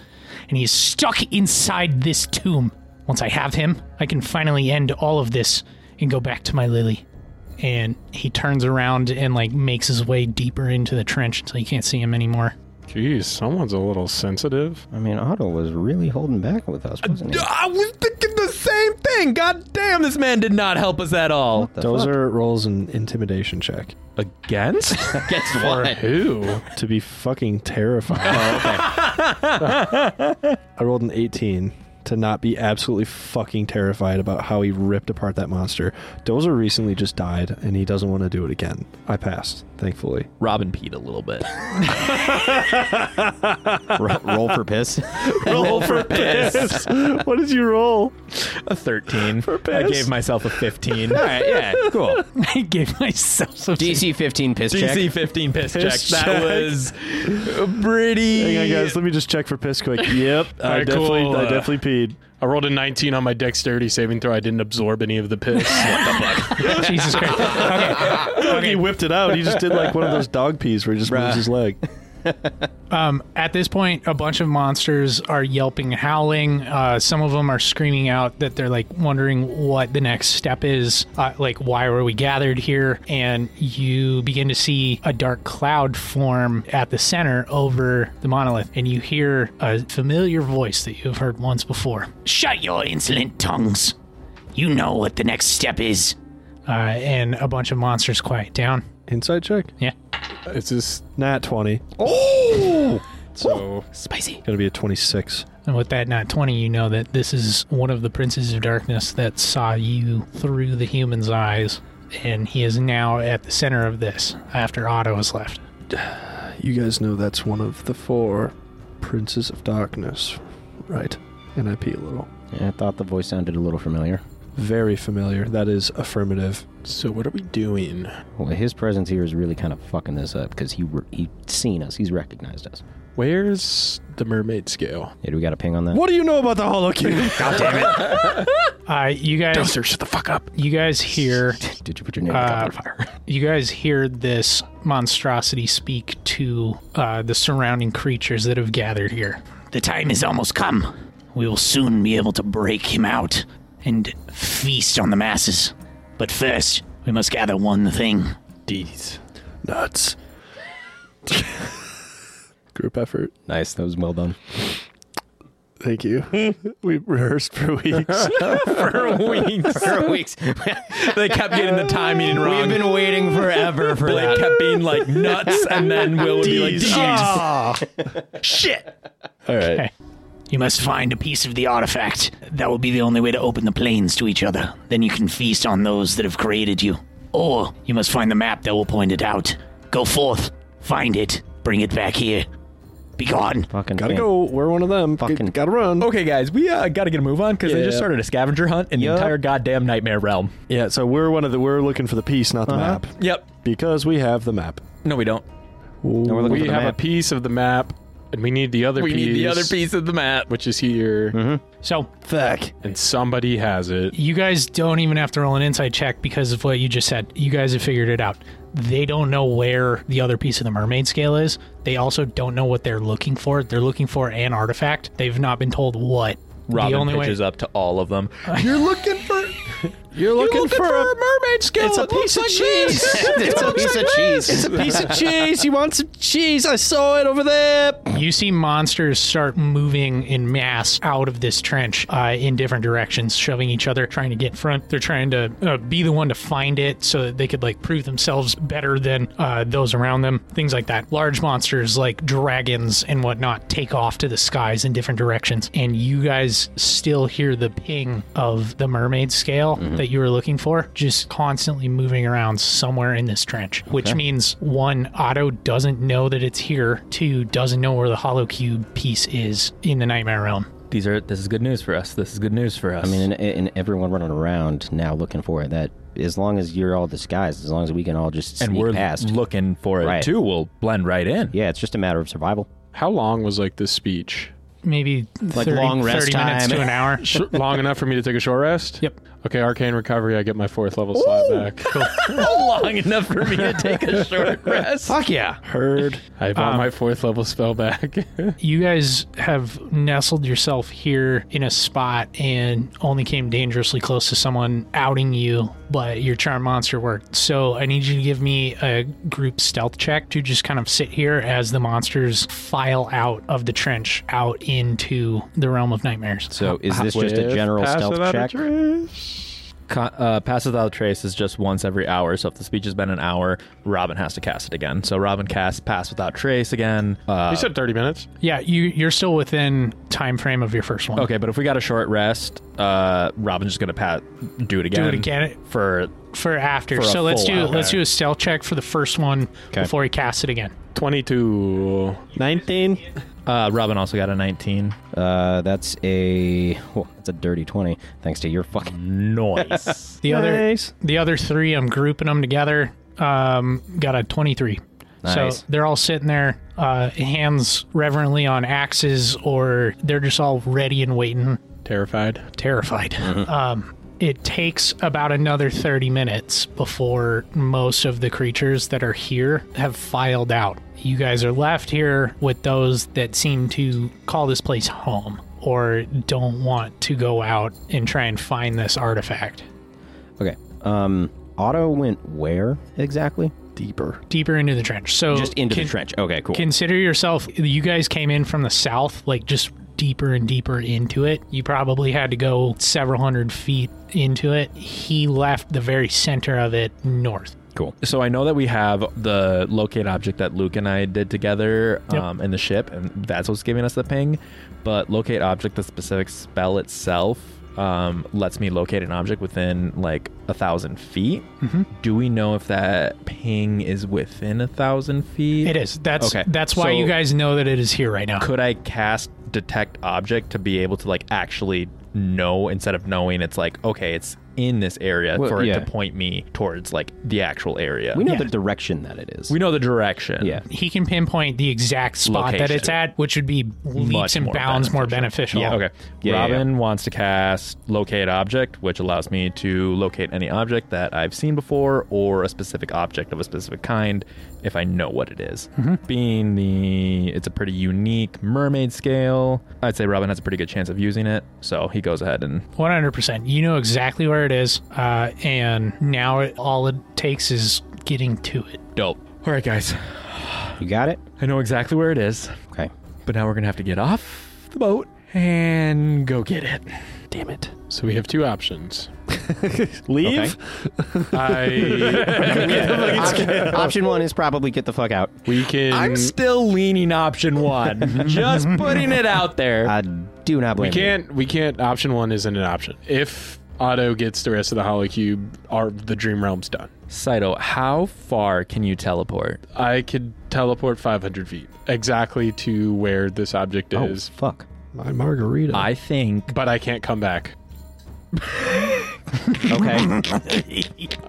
and he is stuck inside this tomb. Once I have him, I can finally end all of this and go back to my Lily. And he turns around and like makes his way deeper into the trench until you can't see him anymore. (laughs)
Geez, someone's a little sensitive.
I mean, Otto was really holding back with us, wasn't he?
Uh,
(laughs) I was thinking the same thing. God damn, this man did not help us at all.
The fuck?
Dozer rolls an intimidation check
(laughs) Against?
Guess what?
Who?
to be fucking terrified. (laughs) oh, okay. I rolled an 18 to not be absolutely fucking terrified about how he ripped apart that monster. Dozer recently just died and he doesn't want to do it again. I passed, thankfully.
Robin Pete a little bit.
roll, (laughs) roll for piss.
Roll (laughs) for piss.
what did you roll?
A 13. I gave myself a 15. (laughs) All right, yeah, cool.
I gave myself a
DC 15 piss
DC
check.
15 piss,
Piss
check.
check.
That was pretty.
Hang on, guys. Let me just check for piss quick. Yep, I
Alright,
definitely,
cool.
I definitely peed.
I rolled a 19 on my dexterity saving throw. I didn't absorb any of the piss.
(laughs) Jesus Christ. Okay.
(laughs) Look, He whipped it out. He just did like one of those dog pees where he just moves his leg.
Um, at this point, a bunch of monsters are yelping, howling. Uh, some of them are screaming out that they're like wondering what the next step is. Uh, like, why were we gathered here? And you begin to see a dark cloud form at the center over the monolith, and you hear a familiar voice that you've heard once before.
Shut your insolent tongues. You know what the next step is.
Uh, and a bunch of monsters quiet down.
Inside check.
Yeah.
it's just
Nat 20. (laughs)
so.
Spicy.
Gonna be a 26.
And with that not 20, you know that this is one of the princes of darkness that saw you through the human's eyes. And he is now at the center of this after Otto has left.
You guys know that's one of the four princes of darkness, right? And I pee a little.
Yeah, I thought the voice sounded a little familiar.
Very familiar. That is affirmative.
So what are we doing?
Well, his presence here is really kind of fucking this up because he re- he seen us. He's recognized us.
Where's the mermaid scale?
Yeah, do we got a ping on that?
What do you know about the Hollow
(laughs)
King?
Uh, you guys,
shut the fuck up.
you guys hear,
(laughs) Did you put your name
uh,
on fire?
you guys hear this monstrosity speak to uh, the surrounding creatures that have gathered here.
The time has almost come. We will soon be able to break him out and feast on the masses. But first, we must gather one thing.
D's.
Nuts. Group effort.
(laughs) Nice. That was well done.
Thank (laughs) you. we rehearsed for (laughs) weeks.
for weeks. (laughs)
For weeks.
They kept getting the timing wrong.
We've been waiting forever for
Blake
that.
kept being like nuts, and then Will would be like,
D's.
D's.
Shit!
All right.
You must find a piece of the artifact. That will be the only way to open the planes to each other. Then you can feast on those that have created you. Or you must find the map that will point it out. Go forth, find it, bring it back here. Be gone.
Fucking
Gotta
fan-
go. We're one of them.
Fucking-
gotta run.
(laughs) Okay, guys, we uh, got to get a move on because they just
Yeah.
started a scavenger hunt in
Yup.
the entire goddamn nightmare realm.
Yeah, so we're one of the we're looking for the piece, not the map.
Yep.
Because we have the map.
No, we don't.
No, we're looking
We
for the
have
map.
a piece of the map, and we need the other
We
piece.
need the other piece of the map.
Which is here,
So
Fuck.
and somebody has it.
you guys don't even have to roll an inside check because of what you just said. You guys have figured it out. They don't know where the other piece of the mermaid scale is. They also don't know what they're looking for. They're looking for an artifact. They've not been told what.
Robin
the only way
pitches up to all of them.
You're looking for You're looking, for, a mermaid scale. It's a piece of cheese.
it's a piece of cheese. It's a
piece of cheese. You want some cheese? I saw it over there.
you see monsters start moving in mass out of this trench uh, in different directions, shoving each other, trying to get in front. They're trying to uh, be the one to find it so that they could like prove themselves better than uh, those around them. Things like that. Large monsters like dragons and whatnot take off to the skies in different directions, and you guys still hear the ping of the mermaid scale
Mm-hmm.
that you were looking for, just constantly moving around somewhere in this trench, which means one, Otto doesn't know that it's here, two, doesn't know where the hollow cube piece is in the nightmare realm.
These are this is good news for us. This is good news for us.
I mean, and, and everyone running around now looking for it. That as long as you're all disguised, as long as we can all just sneak
and we're
past.
looking for it
Right.
too. We'll blend right in.
yeah, it's just a matter of survival.
How long was like this speech?
maybe
Like
30,
long rest
30 minutes
time.
to an hour.
Sh- long enough for me to take a short rest?
Yep.
Okay, arcane recovery. I get my fourth level slot back.
long enough for me to take a short rest.
(laughs) Fuck yeah.
Heard.
I want my fourth level spell back.
You guys have nestled yourself here in a spot and only came dangerously close to someone outing you, but your charm monster worked. So I need you to give me a group stealth check to just kind of sit here as the monsters file out of the trench out into the realm of nightmares.
So Oh, is this just a
With
general
pass
stealth
without a
check?
trace.
Con- uh, Pass Without Trace is just once every hour. So if the speech has been an hour, Robin has to cast it again. So Robin casts Pass Without Trace again. Uh,
You said 30 minutes.
Yeah, you you're still within time frame of your first one.
okay, but if we got a short rest, uh, Robin's just gonna pat do it again.
Do it again
for
for after.
For a
so let's
full
do
hour.
let's do a stealth check for the first one
Okay.
before he casts it again.
22.
19.
uh, Robin also got a
(laughs)
nineteen.
Uh, that's a oh, that's a dirty twenty. Thanks to your fucking.
Noise.
The other
Nice.
The other three, I'm grouping them together. Um, got a 23.
Nice.
So they're all sitting there, uh, hands reverently on axes, or they're just all ready and waiting,
Terrified.
terrified. Um, it takes about another 30 minutes before most of the creatures that are here have filed out. You guys are left here with those that seem to call this place home or don't want to go out and try and find this artifact.
Okay. Um, Otto went where exactly?
Deeper.
Deeper into the trench. So
Just into
can-
the trench. Okay, cool.
Consider yourself, you guys came in from the south, like just deeper and deeper into it. You probably had to go several hundred feet into it. He left the very center of it north.
cool.
so I know that we have the locate object that Luke and I did together
Yep.
um, in the ship, and that's what's giving us the ping. But locate object, the specific spell itself, um, lets me locate an object within like a thousand feet.
Mm-hmm.
Do we know if that ping is within a thousand feet?
It is. That's
Okay.
that's why
So-
you guys know that it is here right now.
Could I cast detect object to be able to like actually know instead of knowing it's like okay, it's in this area
Well,
for it
yeah.
to point me towards like the actual area?
We know
Yeah.
the direction that it is.
We know the direction.
Yeah.
He can pinpoint the exact spot that
Location.
it's at, which would be leaps
Much
and
more
bounds more beneficial.
Okay.
Yeah,
Robin wants to cast locate object, which allows me to locate any object that I've seen before or a specific object of a specific kind if I know what it is. Being the it's a pretty unique mermaid scale, I'd say Robin has a pretty good chance of using it, so he goes ahead and
100%. You know exactly where it is, uh, and now it, all it takes is getting to it.
dope. All right, guys.
You got it.
I know exactly where it is,
Okay.
but now we're going to have to get off the boat and go get it. Damn it.
So we have two options.
Leave.
I
option, (laughs) option one is probably get the fuck out.
we can
I'm still leaning option (laughs) 1. Just putting it out there.
I do not blame
we can't we can't option one isn't an option. If Otto gets the rest of the holocube, our the dream realm's done.
Saito, how far can you teleport?
I could teleport 500 feet exactly to where this object
you.
is,
Oh fuck.
My margarita.
I think
but I can't come back.
Okay.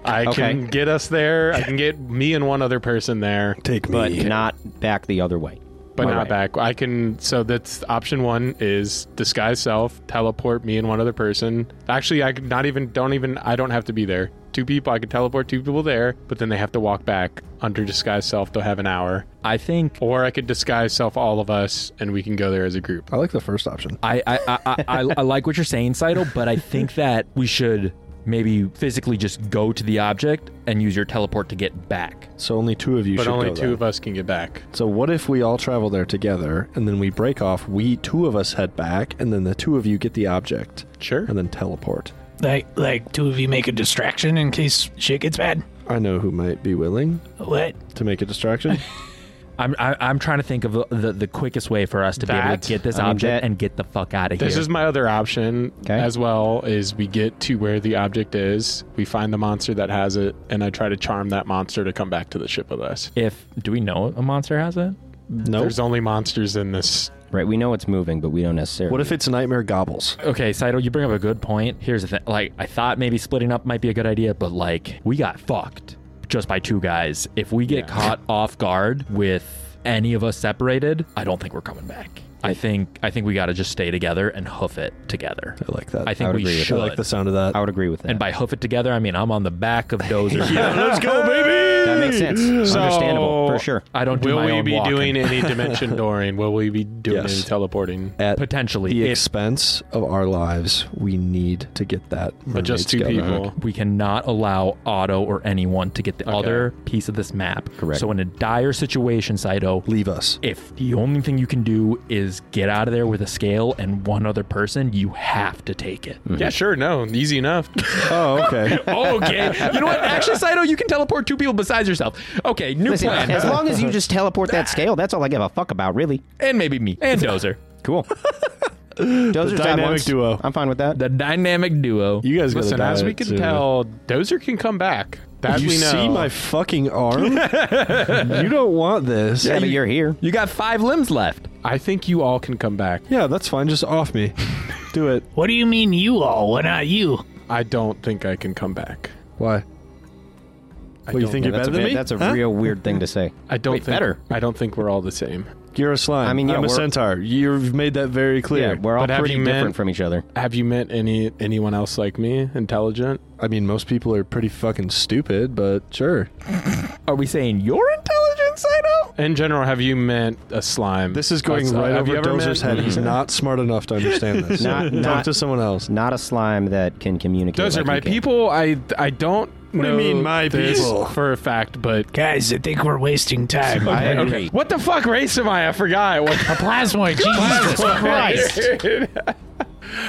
I
Okay.
can get us there. I can get me and one other person there,
Take me.
but not back the other way.
but
All
not
right.
back. I can. So that's option one is disguise self, teleport me and one other person. Actually, I could not even don't even I don't have to be there. Two people. I could teleport two people there, but then they have to walk back under disguise self. They'll have an hour.
I think
Or I could disguise self all of us and we can go there as a group.
I like the first option.
I I, I, I, I like what you're saying, Saito, but I think that we should maybe physically just go to the object and use your teleport to get back.
So only two of you
but
should
only
go,
two
though.
of us can get back.
So what if we all travel there together and then we break off, we two of us head back, and then the two of you get the object
Sure.
and then teleport.
Like, like two of you make a distraction in case shit gets bad.
I know who might be willing
What?
to make a
(laughs)
distraction.
I'm I, I'm trying to think of the, the quickest way for us to be able
That-
to get this
I mean,
object
that-
and get the fuck out of
This
here.
is my other option
Okay.
as well is we get to where the object is, we find the monster that has it, and I try to charm that monster to come back to the ship with us.
if do we know a monster has it?
no.
There's only monsters in this.
Right. We know it's moving, but we don't necessarily.
What if it's nightmare gobbles?
Okay, Saito, you bring up a good point. Here's the thing. Like, I thought maybe splitting up might be a good idea, but (laughs) like, we got fucked just by two guys. If we get caught off guard with any of us separated, I don't think we're coming back. I think I think we got to just stay together and hoof it together.
I like that.
I think
would
we
agree with that.
should.
I like the sound of that.
I would agree with that.
And by hoof it together, I mean I'm on the back of
(laughs)
Dozer.
(laughs) let's go,
(laughs)
baby.
that makes sense.
So-
Understandable for sure.
I don't do
Will
my
we
own
be
walking.
doing any dimension dooring? Will we be doing
Yes.
any teleporting?
At
potentially
the
if
expense of our lives, we need to get that.
But just
mermaid
two
scale
people.
back.
(laughs) we cannot allow Otto or anyone to get the
Okay.
other piece of this map.
Correct.
So in a dire situation, Saito,
Leave us.
if the only thing you can do is get out of there with a scale and one other person, you have to take it.
Yeah, sure. No, easy enough.
Oh, okay.
okay. You know (laughs) what? Actually, Saito, you can teleport two people besides yourself. Okay, new
Listen,
plan.
as long as you just teleport that scale, that's all I give a fuck about, really.
and maybe me. And Dozer.
Cool. Dozer's died
dynamic
once.
duo.
I'm fine with that.
The dynamic duo.
You guys
Listen,
gotta
as
die
we can
soon.
tell, Dozer can come back. That
you
we know.
see my fucking
(laughs)
arm? you don't want this.
yeah, but
You-
you're here.
You got five limbs left.
I think you all can come back.
yeah, that's fine. Just off me. Do
(laughs)
it.
What do you mean you all? Why not you?
I don't think I can come back.
Why?
I
Well, you
don't
think you're
that's
better
a,
than
ve-
me?
That's a
Huh?
real weird thing to say.
I don't
Wait,
think
better.
I don't think we're all the same.
You're a slime.
I mean, yeah,
I'm a
we're-
centaur. You've made that very
Yeah,
clear.
we're all
But have
pretty
you
different
met-
from each other.
Have you met any anyone else like me? Intelligent?
I mean, most people are pretty fucking stupid, but sure.
Are we saying you're intelligent, Saito?
In general, have you met a slime?
This is going
Outside-
right
uh, have
over
you ever
Dozer's
met-
head.
(laughs)
He's not smart enough to understand this.
Not-
Talk
not-
to someone else.
Not a slime that can communicate.
Dozer,
like you
my
can.
people. I I don't. What
do you mean, my people?
For a fact, but
Guys, I think we're
(laughs)
wasting time. I
okay. What the fuck race am I? I forgot. What
A
(laughs)
plasmoid, Jesus Christ.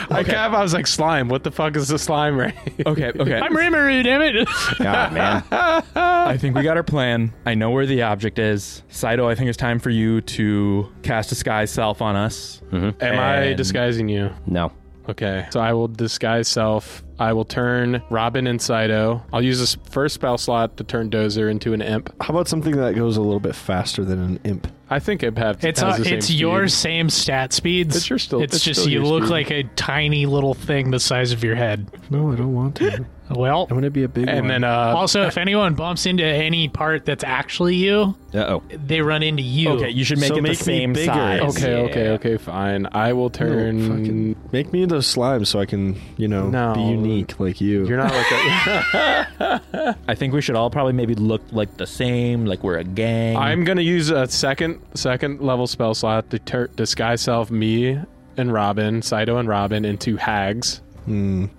I cap. I was like slime. What the fuck is the slime race?
Okay, okay.
I'm Rimuru, damn it.
God, man.
I think we got our plan. I know where the object is. Saito, I think it's time for you to cast disguise self on us.
(laughs) Am I
And-
disguising you?
No.
Okay. So I will disguise self. I will turn Robin and Saito. I'll use this first spell slot to turn Dozer into an imp.
How about something that goes a little bit faster than an imp?
I think imp have
It's
has
uh,
the same
it's
speed.
your same stat speeds.
It's your still-
It's,
it's
just
still
you
your
look
speed.
like a tiny little thing the size of your head.
No, I don't want to.
Well,
I want to be a big
And then uh,
also if anyone bumps into any part that's actually you,
Uh oh.
they run into you.
Okay, you should make
So
it
make me
the same
bigger.
size.
okay, okay, okay, fine. I will turn.
make me into a slime so I can, you know,
No.
be unique like you.
You're not (laughs) like a,
I think we should all probably maybe look like the same, like we're a gang.
I'm gonna use a second second level spell slot to tur disguise self me and Robin, Saito and Robin into hags,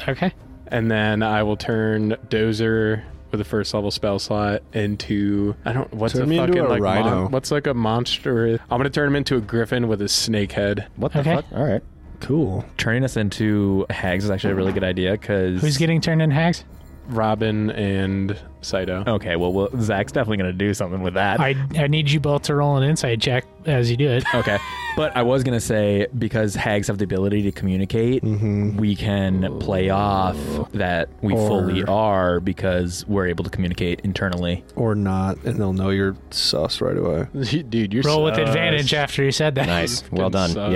Okay.
and then I will turn Dozer with a first level spell slot into I don't what's
Turn
a
me into
fucking
a
like mon-
rhino.
what's like a monster. I'm gonna turn him into a griffin with a snake head.
What the
Okay.
fuck? All right.
cool.
turning us into hags is actually a really good idea because
Who's getting turned into hags?
Robin and Saito.
Oh.
Okay, well, well, Zach's definitely gonna do something with that.
I I need you both to roll an insight check as you do it.
okay, but I was gonna say because hags have the ability to communicate,
Mm-hmm.
we can play off that we fully are because we're able to communicate internally.
Or not, and they'll know you're sus right away.
(laughs) Dude, you're
Roll with
sus.
advantage after you said that.
Nice. Well done.
Sus.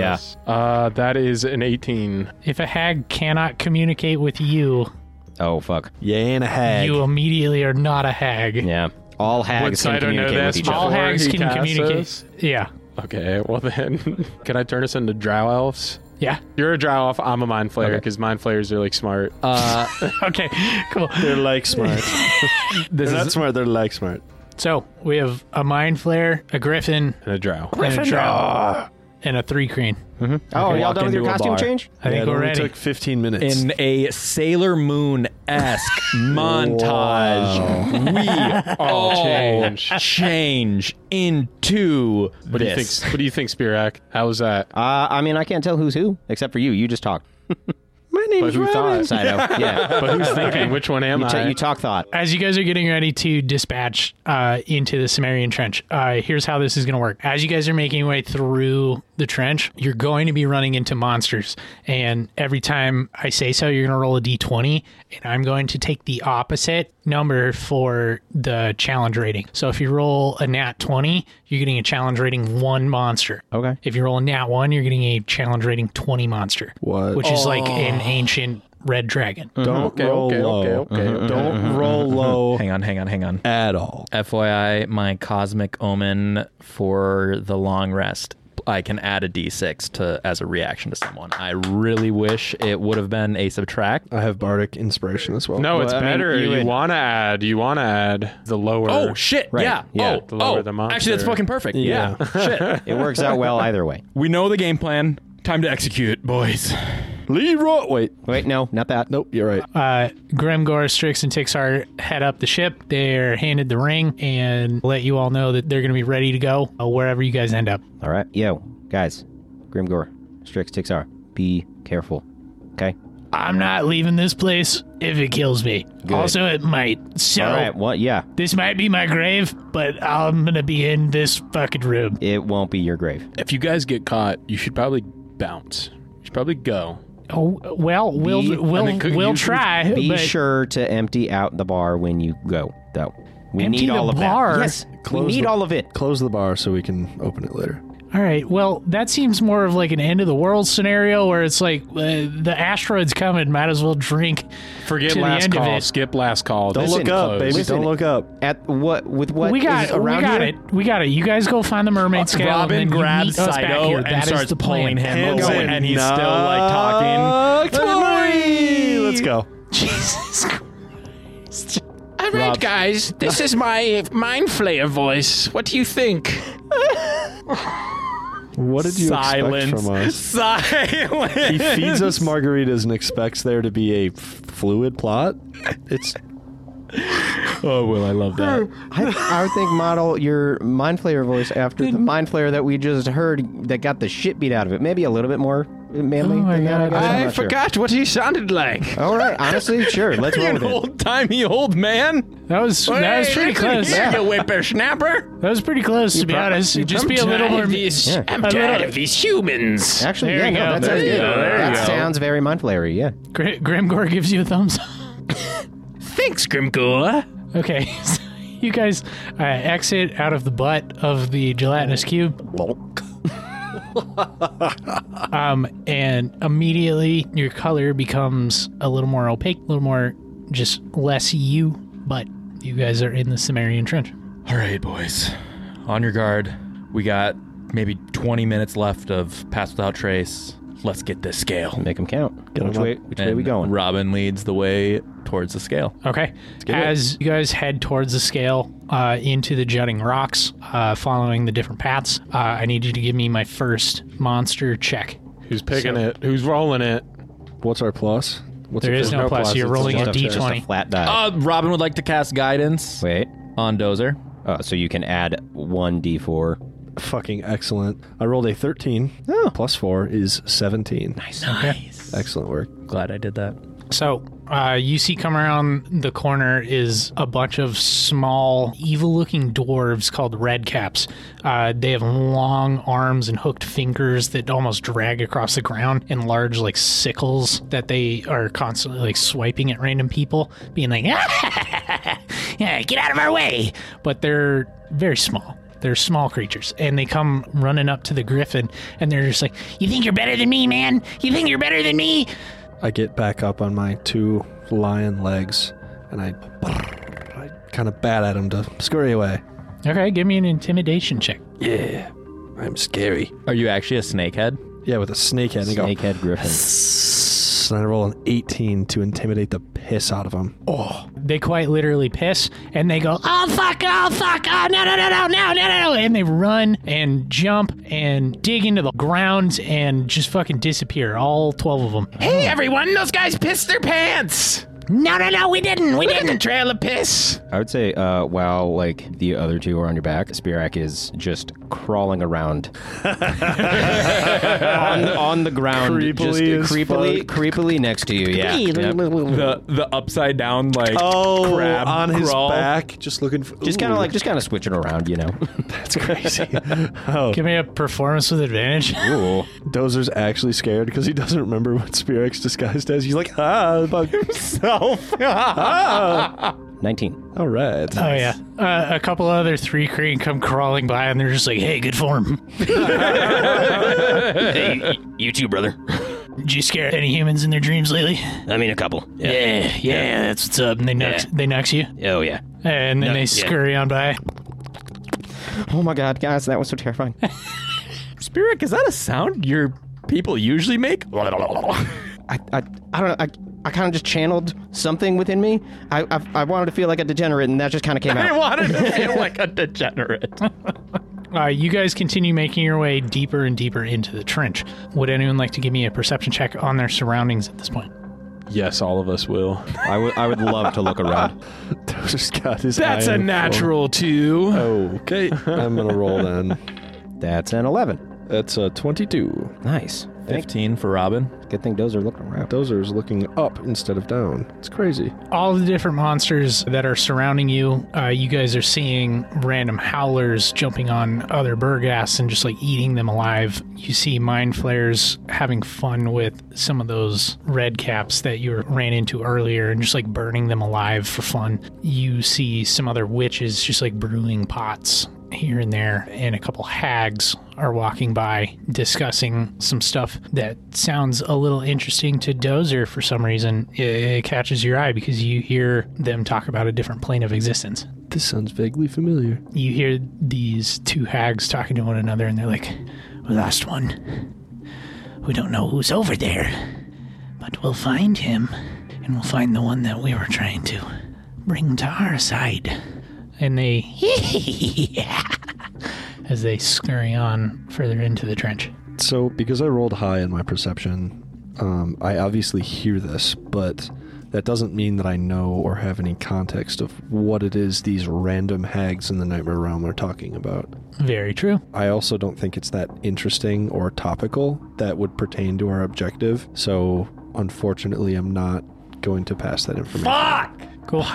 Yeah.
Uh, that is an 18.
If a hag cannot communicate with you,
Oh fuck.
Yeah, and a hag.
you immediately are not a hag.
Yeah. All hags can
Saito know
communicate with
this?
each
All
other.
Before
hags
he
can
casts
communicate.
us?
Yeah.
Okay, well then, (laughs) can I turn us into drow elves?
Yeah. (laughs)
You're a drow elf. I'm a mind flayer because mind flayers are like smart.
Uh,
Okay. Cool.
They're
(laughs)
like smart.
this
They're
is
not smart. They're like smart.
So we have a mind flare, a griffin,
and a drow.
and a drow, and a three cream.
Oh, y'all
Walked
done with your
into a
costume
bar.
change?
I
Yeah,
think
it
we're
only
ready.
took 15 minutes.
in a Sailor Moon
(laughs)
esque montage, we all
change.
change into
What do you
this.
think? What do you think, Spirak? How was that?
Uh, I mean, I can't tell who's who except for you. You just talk. (laughs)
My name's
who
Robin.
thought?
Saito. yeah.
But who's thinking? Which one am
You, ta-
I?
you talk thought.
As you guys are getting ready to dispatch uh, into the Sumerian Trench, uh, here's how this is going to work. As you guys are making your way through the trench, you're going to be running into monsters. And every time I say so, you're going to roll a d20, and I'm going to take the opposite number for the challenge rating. So if you roll a nat 20, you're getting a challenge rating one monster.
Okay.
If you roll a nat 1, you're getting a challenge rating 20 monster.
What?
Which is like an ancient red dragon.
Don't
Mm-hmm. Okay,
roll
okay,
low. Mm-hmm.
okay, okay, okay. Mm-hmm.
Don't roll
(laughs)
low
Hang on, hang on, hang on.
at all.
FYI, my cosmic omen for the long rest. I can add a d6 to as a reaction to someone. I really wish it would have been a subtract.
I have bardic inspiration as well.
No,
Well,
it's
I mean,
better.
you
you
would-
want to add. You want to add the lower.
Oh shit! Yeah.
yeah.
Oh,
The lower
oh,
the monster.
actually, that's fucking perfect. Yeah. shit.
It works out well either way.
We know the game plan. Time to execute, boys.
Leroy. Wait,
Wait, no, not that.
nope. You're right.
Uh, Grimgor, Strix, and Tixar head up the ship. They're handed the ring and let you all know that they're going to be ready to go uh, wherever you guys end up.
All right. Yo, guys, Grimgor, Strix, Tixar, be careful. Okay?
I'm not leaving this place if it kills me. Also, it might. So,
All right. Well, yeah,
this might be my grave, but I'm going to be in this fucking room.
it won't be your grave.
If you guys get caught, you should probably bounce. You should probably go.
Oh, well, we'll,
Be-
we'll,
I mean, could
we'll
you-
try.
Be
but
sure to empty out the bar when you go, though. We
Empty
need
the
all of
bar?
that. Yes,
Close
we need
the-
all of it.
Close the bar so we can open it later.
All right. Well, that seems more of like an end of the world scenario where it's like uh, the asteroid's coming. Might as well drink.
Forget
To the
last
end of
call.
it.
Skip last call.
Don't
This
look
Oh, is
up,
closed.
baby.
Listen-
Don't look up.
At what with what
we got.
is
We (laughs)
around
got
here?
it. We got it. You guys go find the mermaid scale.
Robin
and then you
grabs
meet us back
Saito
here.
and
That is
starts
the plan.
pulling him
Hands
away,
in.
and he's still like talking.
Knock three. Let's go.
Jesus Christ.
All right, guys. This is my mind flayer voice. What do you think?
What did you expect
Silence.
from us?
Silence.
He feeds us margaritas and expects there to be a f- fluid plot. It's
Oh well, I love that.
I, I would think model your mind flayer voice after the mind flayer that we just heard that got the shit beat out of it. Maybe a little bit more manly
Oh my
than that.
God.
I, guess. I'm
I
not sure.
forgot what he sounded like.
All right, honestly,
(laughs)
sure. Let's roll with
An
it.
old timey old man.
That was that was pretty close.
Yeah. You whippersnapper.
That was pretty close to be honest. Just be a little more.
Of these,
Yeah.
I'm
A
tired
little-
of these humans.
Actually,
There
yeah,
you go.
no, that
There
sounds
you
good.
go. There
that
you go.
sounds very mind flayery. Yeah.
Gr- Grimgor gives you a thumbs up.
Thanks, Grimgor.
Okay. (laughs) so You guys uh, exit out of the butt of the gelatinous cube. um, and immediately your color becomes a little more opaque, a little more just less you, but you guys are in the Cimmerian Trench.
All right, boys, on your guard. We got maybe 20 minutes left of pass without trace. Let's get this scale.
Make them count. which
up.
way? Which way
And
we going?
Robin leads the way towards the scale.
Okay. As you guys head towards the scale uh, into the jutting rocks, uh, following the different paths, uh, I need you to give me my first monster check.
Who's picking it? Who's rolling it?
what's our plus? What's
There
it
is
for?
no, plus.
plus,
You're
it's
rolling a
Just a- just a
d20.
flat die.
Uh, Robin would like to cast guidance
Wait.
on Dozer.
Oh, so you can add one d4.
Fucking excellent. I rolled a 13. Plus 4 is 17. Oh. Nice. Excellent work.
Glad I did that.
So, uh, you see, come around the corner is a bunch of small, evil looking dwarves called redcaps. Uh, they have long arms and hooked fingers that almost drag across the ground, and large, like, sickles that they are constantly, like, swiping at random people, being like, "Ah, (laughs) yeah, get out of our way. But they're very small. They're small creatures, and they come running up to the griffin, and they're just like,
You think you're better than me, man? You think you're better than me?
I get back up on my two lion legs and I, I kind of bat at him to scurry away.
okay, give me an intimidation check.
I'm scary.
Are you actually a snakehead?
Yeah, with a snake head. And I go,
Snakehead Griffin.
"Sss," and I roll an 18 to intimidate the piss out of him.
they quite literally piss and they go, oh fuck, oh fuck, oh no, no, no, no, no, no, no, no. And they run and jump and dig into the ground and just fucking disappear, all 12 of them.
Hey, everyone, those guys pissed their pants. No, no, no, we didn't. We didn't. trail of piss.
I would say, uh, while like the other two are on your back, Spirak is just crawling (laughs) around on, on the ground, just uh,
Creepily as
creepily,
fuck.
creepily next to you. Yeah, Yep.
The the upside down like
Oh,
crab
on his
crawl.
back, just looking for.
just kind
Ooh,
of like just kind of switching around, you know.
That's crazy. (laughs) oh,
Give me a performance with advantage. (laughs)
Ooh.
Dozer's actually scared because he doesn't remember what Spirex disguised as. He's like, ah, about himself.
Nineteen.
All right.
Oh yeah, uh, a couple other three cream come crawling by, and they're just like, "Hey, good form."
hey, you too, brother.
Did you scare any humans in their dreams lately?
I mean, a couple.
Yeah, yeah, that's what's up.
And they nux,
Yeah.
they nux you,
Oh, yeah.
and then
No,
they
yeah.
scurry on by.
Oh my god, guys, that was so terrifying.
Spirit, is that a sound your people usually make? (laughs)
I, I, I don't know. I, I kind of just channeled something within me. I, I, I wanted to feel like a degenerate, and that just kind of came
I
out.
wanted to feel like a degenerate.
Uh, you guys continue making your way deeper and deeper into the trench. Would anyone like to give me a perception check on their surroundings at this point?
Yes, all of us will.
I would I would love to look around.
(laughs) Dozer's got his
That's
eye
a
on the
natural two.
floor. Okay, I'm gonna roll then.
That's an 11.
That's uh, a 22.
Nice. Thank,
15 for Robin.
good thing Dozer looked around.
Dozer's looking up instead of down. It's crazy.
all the different monsters that are surrounding you. Uh, you guys are seeing random howlers jumping on other burgass and just like eating them alive. You see mind flares having fun with some of those red caps that you ran into earlier and just like burning them alive for fun. You see some other witches just like brewing pots here and there, and a couple hags are walking by discussing some stuff that sounds a little interesting to Dozer for some reason. It, it catches your eye because you hear them talk about a different plane of existence.
This sounds vaguely familiar.
You hear these two hags talking to one another, and they're like,
We lost one. We don't know who's over there, but we'll find him, and we'll find the one that we were trying to bring to our side.
and they (laughs) as they scurry on further into the trench.
So, because I rolled high in my perception, um, I obviously hear this, but that doesn't mean that I know or have any context of what it is these random hags in the Nightmare Realm are talking about.
Very true.
I also don't think it's that interesting or topical that would pertain to our objective. So, unfortunately, I'm not going to pass that information.
Cool.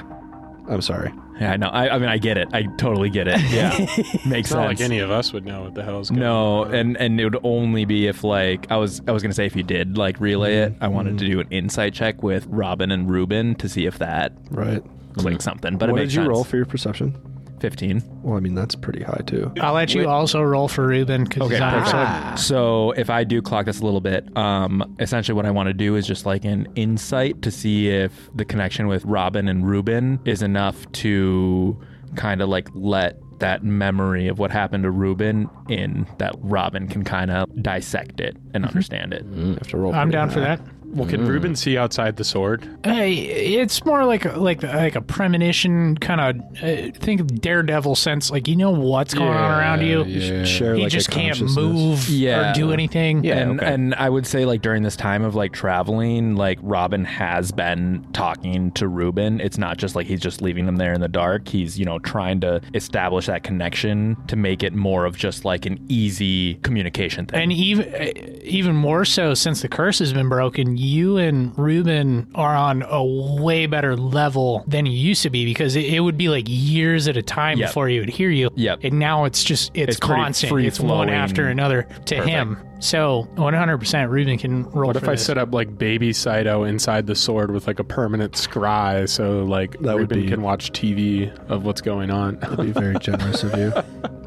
I'm sorry.
Yeah, I know. I, I mean, I get it. I totally get it. Yeah, (laughs) makes
It's not
sense.
like any of us would know what the hell is going
no, and and it would only be if like I was I was gonna say if you did like relay it. I wanted
Mm-hmm.
to do an insight check with Robin and Ruben to see if that
Right.
clicked something. But
Hmm.
it
what
makes
did you
sense.
roll for your perception?
Fifteen.
Well, I mean, that's pretty high,
(laughs)
too.
I'll let you also roll for Reuben because
Okay, perfect. So if I do clock this a little bit, um, essentially what I want to do is just like an insight to see if the connection with Robin and Ruben is enough to kind of like let that memory of what happened to Ruben in that Robin can kind of dissect it and understand it.
I have to roll
I'm
pretty
down
high.
for that.
on. Well, can Ruben see outside the sword?
Hey, Uh, it's more like a, like like a premonition kind of uh, think of daredevil sense. Like you know what's going on around you.
Share,
He
like, a
just can't
consciousness.
move
Yeah.
or do anything.
and and I would say like during this time of like traveling, like Robin has been talking to Ruben. It's not just like he's just leaving him there in the dark. He's you know trying to establish that connection to make it more of just like an easy communication thing.
And even uh, even more so since the curse has been broken, you and Ruben are on a way better level than you used to be because it, it would be like years at a time
Yep.
before he would hear you.
Yep.
And now it's just it's,
It's pretty
constant.
free
It's one
flowing.
after another to him. So 100% Ruben can roll
What
for
if I
this.
set up like baby Saito inside the sword with like a permanent scry so like
That would
Ruben
be-
can watch TV of what's going on?
That'd be very generous of you.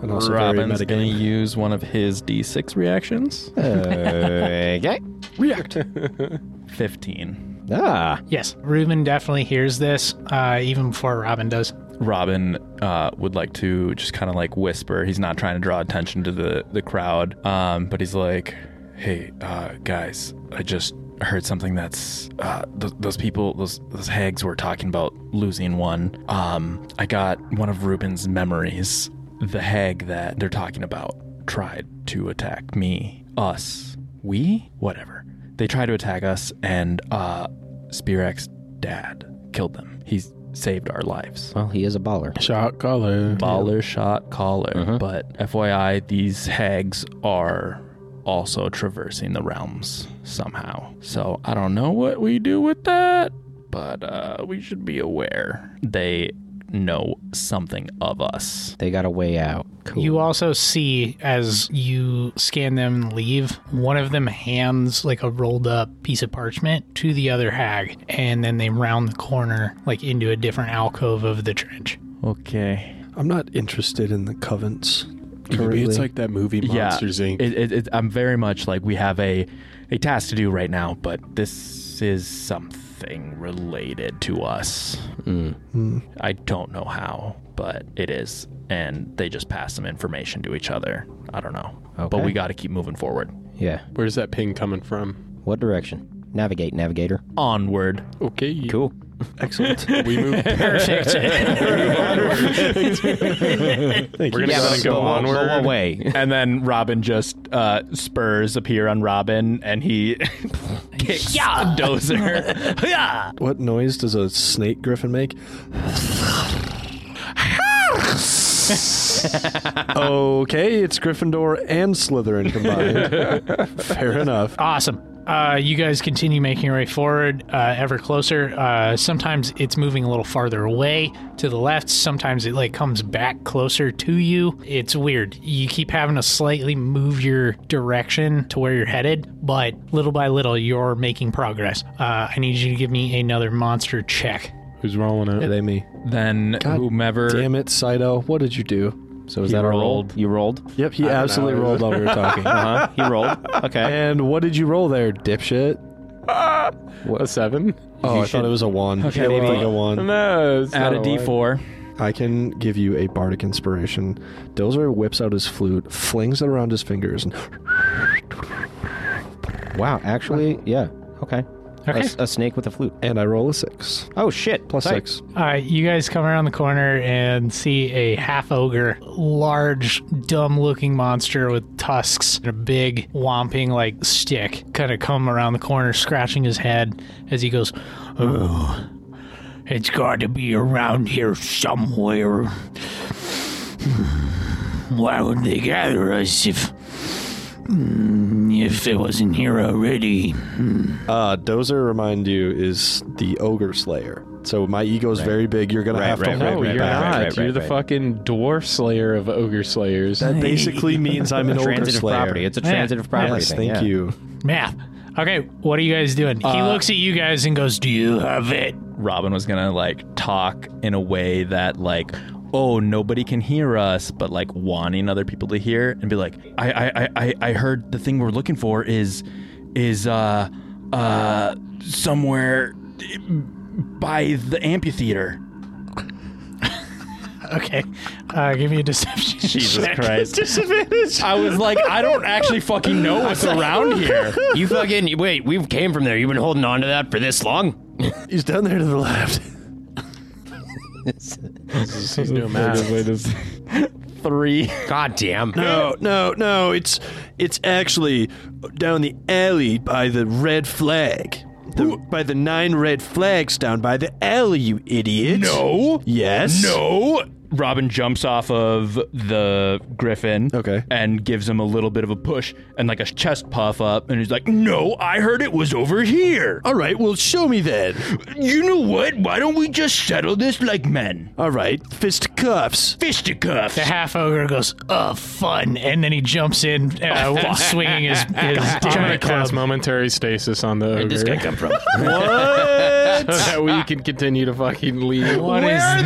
And also
Robin's
very
gonna
metagame.
use one of his D6 (laughs) reactions.
okay.
React.
Fifteen.
Ah.
Yes, Ruben definitely hears this uh, even before Robin does.
Robin uh, would like to just kind of like whisper. He's not trying to draw attention to the the crowd, um, but he's like, "Hey, uh, guys, I just heard something that's uh, th- those people, those those hags were talking about losing one. Um, I got one of Ruben's memories. The hag that they're talking about tried to attack me, us, we, whatever. They tried to attack us, and uh, Spearak's dad killed them. He's saved our lives
Well, he is a baller.
Shot color.
baller shot caller. But FYI, these hags are also traversing the realms somehow. So I don't know what we do with that, but uh, we should be aware they know something of us.
They got a way out. Cool.
You also see as you scan them and leave, one of them hands like a rolled up piece of parchment to the other hag, and then they round the corner like into a different alcove of the trench.
Okay.
I'm not interested in the covens. currently.
Maybe it's like that movie Monsters
yeah,
Inc.
It, it, it, I'm very much like we have a a task to do right now, but this is something related to us.
Mm.
I don't know how, but it is, and they just pass some information to each other. I don't know, but
Okay.
we got to keep moving forward.
Yeah.
(laughs) Where's that ping coming from?
What direction? Navigate, navigator.
(laughs)
Onward.
Okay,
Cool.
excellent.
(laughs) We move.
(laughs)
Perfect.
Thank
We're
you.
gonna
Yeah,
go and
but-
go
but- but
onward.
what way?
(laughs) And then Robin just uh, spurs appear on Robin, and he (laughs) kicks Dozer. yeah.
What noise does a snake griffin
(laughs)
make? okay, it's Gryffindor and Slytherin combined.
(laughs)
Fair enough.
Awesome. Uh, you guys continue making your way forward, uh, ever closer. Uh, sometimes it's moving a little farther away to the left. Sometimes it like comes back closer to you. It's weird. You keep having to slightly move your direction to where you're headed, but little by little you're making progress. Uh, I need you to give me another monster check.
Who's rolling it?
It ain't me.
Then whomever
Damn it, Saito. What did you do?
So is
He
that a roll?
rolled.
You rolled.
Yep, he absolutely rolled while we were talking.
Uh huh. He rolled. Okay.
And what did you roll there, dipshit?
A seven?
Oh, I thought it was a one. Okay, it looked
maybe.
like a one.
No,
add a D4.
I can give you a bardic inspiration. Dozer whips out his flute, flings it around his fingers, and
Wow. Actually, yeah. Okay. A,
Okay.
s- a snake with a flute.
and I roll a six
Oh shit.
plus
Psych.
six.
Uh, you guys come around the corner and see a half ogre, large, dumb looking monster with tusks and a big, whomping like stick kind of come around the corner, scratching his head as he goes,
Oh, it's got to be around here somewhere. Why would they gather us if if it wasn't here already?
Uh, Dozer, remind you, is the ogre slayer. So my ego's very big. You're gonna have to
right,
hold
No,
me
you're
back.
not.
right, right,
you're the
right.
fucking dwarf slayer of ogre slayers.
That basically means I'm an ogre
Transitive
slayer.
property. It's a transitive property.
yes,
thing,
thank
yeah.
you.
math. Okay, what are you guys doing?
Uh,
he looks at you guys and goes, Do you have it?
Robin was gonna like talk in a way that like, oh, nobody can hear us, but like wanting other people to hear and be like, I I I I, I heard the thing we're looking for is is uh uh somewhere by the amphitheater.
Okay, uh, give me a deception.
Jesus
check.
Christ.
Disadvantage.
I was like, I don't actually fucking know what's (laughs) around here.
You fucking wait. We came from there. You've been holding on to that for this long.
He's down there to the left.
He's doing math.
Three.
God damn.
No, no, no. It's it's actually down the alley by the red flag. The, by the nine red flags down by the alley, you idiot.
No.
Yes.
No. Oh, Robin jumps off of the griffin.
Okay.
And gives him a little bit of a push and like a chest puff up. And he's like, No, I heard it was over here.
All right. Well, show me then.
You know what? Why don't we just settle this like men?
All right. Fist cuffs.
Fisticuffs.
The half ogre goes, "Uh, fun," and then he jumps in,
(laughs)
uh, swinging his his
I'm gonna
giant club.
cast momentary stasis on the ogre
This guy
(laughs)
come from?
What?
so that we can continue to fucking leave.
What is Um, that?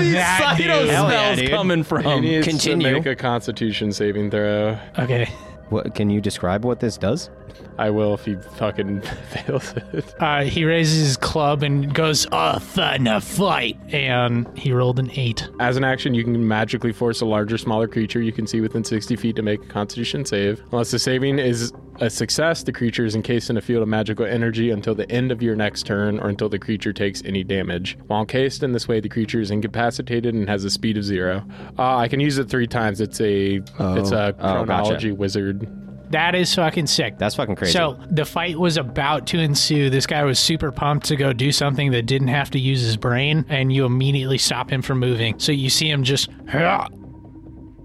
dude?
yeah,
He
dude.
from?
needs
continue.
to make a Constitution saving throw.
Okay.
What, can you describe what this does?
I will if he fucking (laughs) fails it.
Uh, he raises his club and goes, "Uh, fun a fight," and he rolled an eight.
As an action, you can magically force a larger, smaller creature you can see within 60 feet to make a Constitution save. Unless the saving is a success, the creature is encased in a field of magical energy until the end of your next turn or until the creature takes any damage. While encased in this way, the creature is incapacitated and has a speed of zero. Uh, I can use it three times. It's a it's a
Oh, gotcha.
chronology wizard.
That is fucking sick.
That's fucking crazy.
So the fight was about to ensue. This guy was super pumped to go do something that didn't have to use his brain, and you immediately stop him from moving. So you see him just, (laughs) "Hurrah,"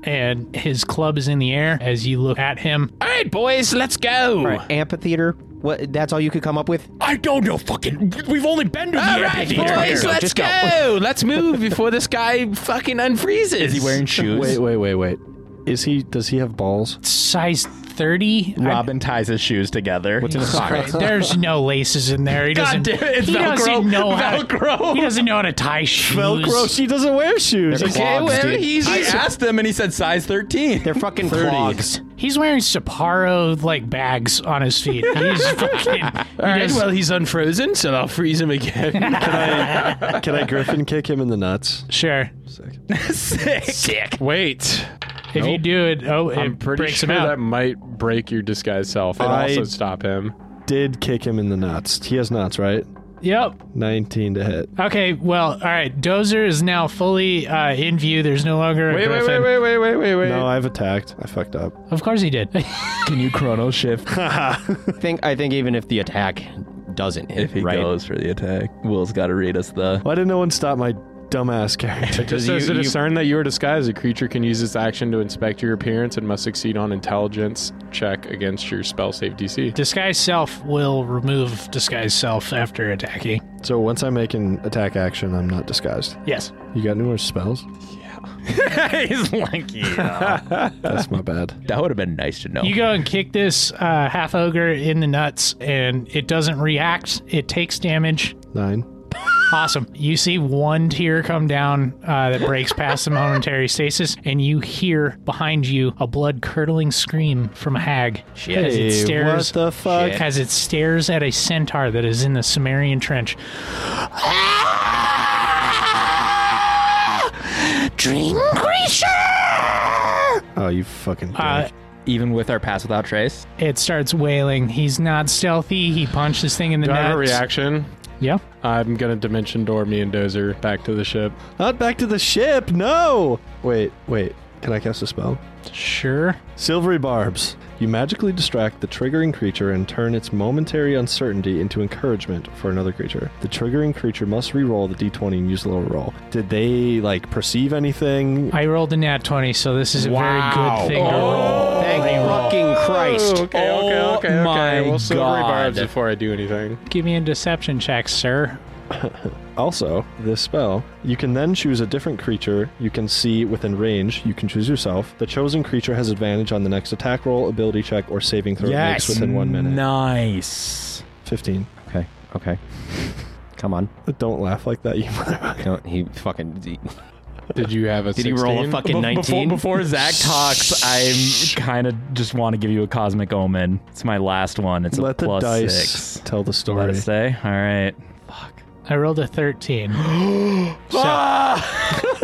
and his club is in the air as you look at him.
All right, boys, let's go.
amphitheater. What? That's all you could come up with?
I don't know fucking. We've only been to the
All right,
amphitheater.
boys, let's
Just
go.
go.
Let's move before this guy fucking unfreezes.
(laughs) Is he wearing shoes?
Wait, wait, wait, wait. Is he? Does he have balls?
Size thirty. I-
Robin ties his shoes together. What's in his sock?
There's no laces in there. He
God
doesn't.
damn it, it's
he
Velcro.
doesn't know how.
Velcro.
He doesn't know how to tie shoes. Velcro.
Oh, She doesn't wear shoes.
Okay,
clogs,
well,
dude.
he's, I asked him and he said size 13.
They're fucking clogs.
He's wearing Sapporo like bags on his feet. He's
(laughs)
fucking. he does-
he's unfrozen, so I'll freeze him again.
Can I Griffin kick him in the nuts?
sure.
Sick.
Wait.
If you do it, oh,
I'm
it
pretty
breaks
sure
him out.
that might break your disguise self and
I-
also stop him.
Did kick him in the nuts. He has nuts, right?
Yep.
19 to hit.
Okay. Well, all right. Dozer is now fully uh, in view. There's no longer. A
Wait, wait,
griffin.
wait, wait, wait, wait, wait, wait.
No, I've attacked. I fucked up.
Of course he did.
(laughs)
Can you chrono shift
I think I think even if the attack doesn't hit,
if he
right?
goes for the attack? Will's got to read us the.
Why didn't no one stop my dumbass character?
It (laughs) just says to discern that you are disguised. A creature can use its action to inspect your appearance and must succeed on intelligence check against your spell save DC.
disguise self will remove disguise self after attacking.
so once I make an attack action, I'm not disguised.
Yes.
You got any more
(laughs)
spells?
he's lanky.
That's my bad.
That would have been nice to know.
You go and kick this uh, half ogre in the nuts, and it doesn't react. It takes damage.
Nine.
Awesome. You see one tear come down uh, that breaks past the momentary stasis, and you hear behind you a blood curdling scream from a hag as it stares
what the fuck?
as it stares at a centaur that is in the Sumerian trench.
Dream creature!
Oh, you fucking.
Uh,
dick.
Even with our pass without trace,
it starts wailing. He's not stealthy. He punched this thing in the
Do I have a
nuts.
reaction?
Yeah.
I'm gonna dimension door me and Dozer back to the ship.
not back to the ship. No. Wait, wait. Can I cast a spell?
Sure.
Silvery Barbs. You magically distract the triggering creature and turn its momentary uncertainty into encouragement for another creature. The triggering creature must re-roll the d20 and use the lower roll. Did they like perceive anything?
I rolled a nat 20, so this is a very good thing to roll.
Thank fucking Christ.
Okay, okay,
Oh
okay, okay.
my
well, silvery
God.
barbs before I do anything.
Give me a deception check, sir.
Also, this spell, you can then choose a different creature you can see within range. You can choose yourself. The chosen creature has advantage on the next attack roll, ability check, or saving throw it makes within one minute.
Nice.
15.
Okay, okay. Come on.
Don't laugh like that, you (laughs) motherfucker.
Don't, he fucking he-
Did you have a?
did he roll a
16?
fucking
Before,
nineteen?
before Zach talks, I'm kind of just want to give you a cosmic omen. It's my last one. It's
Let
a
the
plus
dice
six.
tell the
Let
story.
it stay. All right.
I rolled a 13. so
Ah!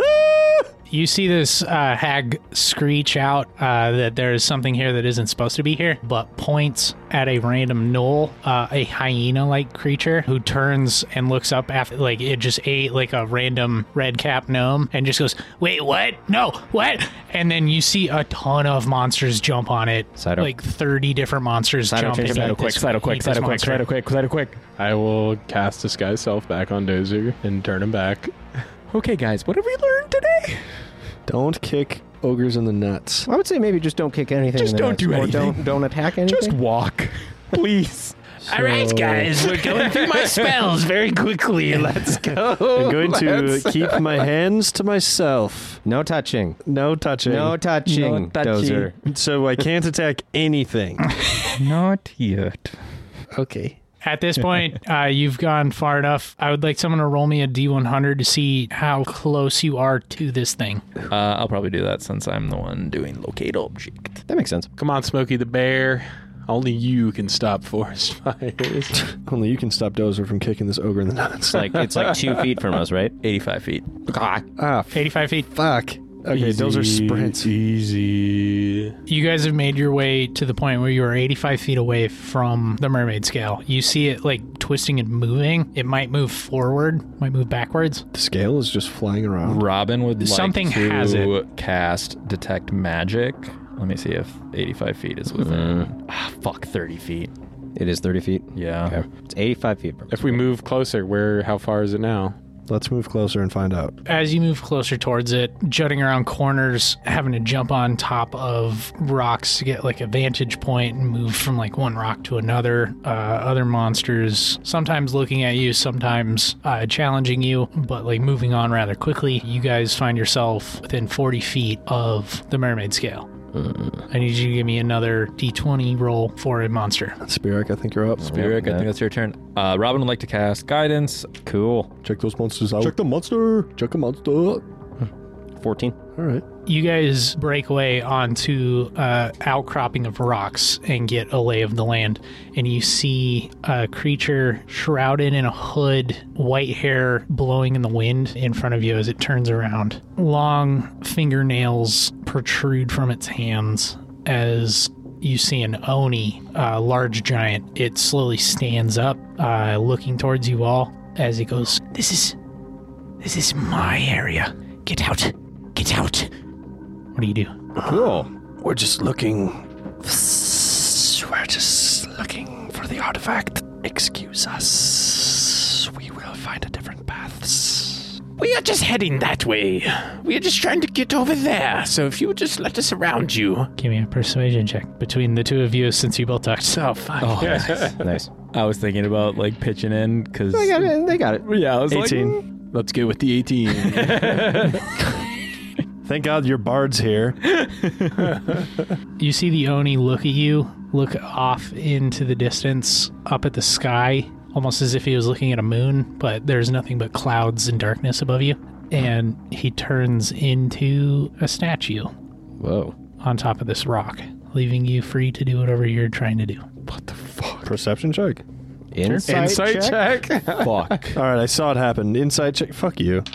you see this uh, hag screech out uh, that there is something here that isn't supposed to be here, but points at a random knoll, uh, a hyena like creature who turns and looks up after, like, it just ate like a random red cap gnome and just goes, Wait, what? No, what? And then you see a ton of monsters jump on it.
Sido.
Like 30 different monsters
Sido,
jumping.
change your
at
Sido
this-
Quick, Slido, quick,
eat this
Slido, quick,
monster.
Slido, quick, Slido, quick.
I will cast disguise self back on Dozer and turn him back.
Okay, guys, what have we learned today?
Don't kick ogres in the nuts.
I would say maybe just don't kick anything.
Just
in the
don't
nuts,
do
or
anything.
Don't don't attack
(laughs)
anything.
Just walk, please.
All right,
So-
guys, we're going through my spells very quickly.
(laughs)
Let's go.
I'm going to keep my hands to myself.
no touching.
No touching.
No
Hmm,
touching.
No touching.
(laughs)
Dozer.
so I can't attack anything.
Not yet.
okay.
At this point, uh, you've gone far enough. I would like someone to roll me a D100 to see how close you are to this thing.
Uh, I'll probably do that since I'm the one doing locate object.
That makes sense.
Come on, Smokey the Bear. Only you can stop (laughs) forest fires.
(laughs) Only you can stop Dozer from kicking this ogre in the nuts.
It's like it's
(laughs)
like two feet from us, right?
85 feet.
ah, f-
85 feet.
fuck. Okay, Dozer sprints.
Easy.
You guys have made your way to the point where you are 85 feet away from the mermaid scale. You see it like twisting and moving. It might move forward, might move backwards.
The scale is just flying around.
Robin would like
Something
to
has
cast detect magic. Let me see if 85 feet is within.
Mm.
Ah, fuck, 30 feet.
It is thirty feet.
Yeah.
Okay. It's eighty-five feet. From us.
If we move closer, where? How far is it now?
Let's move closer and find out.
As you move closer towards it, jutting around corners, having to jump on top of rocks to get like a vantage point and move from like one rock to another, uh, other monsters sometimes looking at you, sometimes uh, challenging you, but like moving on rather quickly, you guys find yourself within 40 feet of the mermaid scale. I need you to give me another d20 roll for a monster.
Spirik, I think you're up.
Eric, I think that's your turn. Uh, Robin would like to cast guidance.
Cool.
Check those monsters out.
Check the monster.
Check them out. All
14.
right.
You guys break away onto uh, outcropping of rocks and get a lay of the land. And you see a creature shrouded in a hood, white hair blowing in the wind in front of you as it turns around. Long fingernails protrude from its hands as you see an Oni, a large giant. It slowly stands up, uh, looking towards you all as it goes,
This is. This is my area. Get out. Get out.
What do you do?
Cool.
We're just looking. We're just looking for the artifact. Excuse us. We will find a different path.
We are just heading that way. We are just trying to get over there. So if you just let us around you.
Give me a persuasion check between the two of you since you both talked.
Oh, fuck.
Nice.
I was thinking about like pitching in because
They got it. They got it.
yeah, I was
18.
like,
Let's get with the
(laughs)
(laughs) 18.
Thank God your bard's here.
You see the Oni look at you, look off into the distance, up at the sky, almost as if he was looking at a moon, but there's nothing but clouds and darkness above you. And he turns into a statue
Whoa.
on top of this rock, leaving you free to do whatever you're trying to do.
Perception check.
Insight,
Insight
check?
check.
(laughs) fuck.
All right, I saw it happen. Inside check. Fuck you.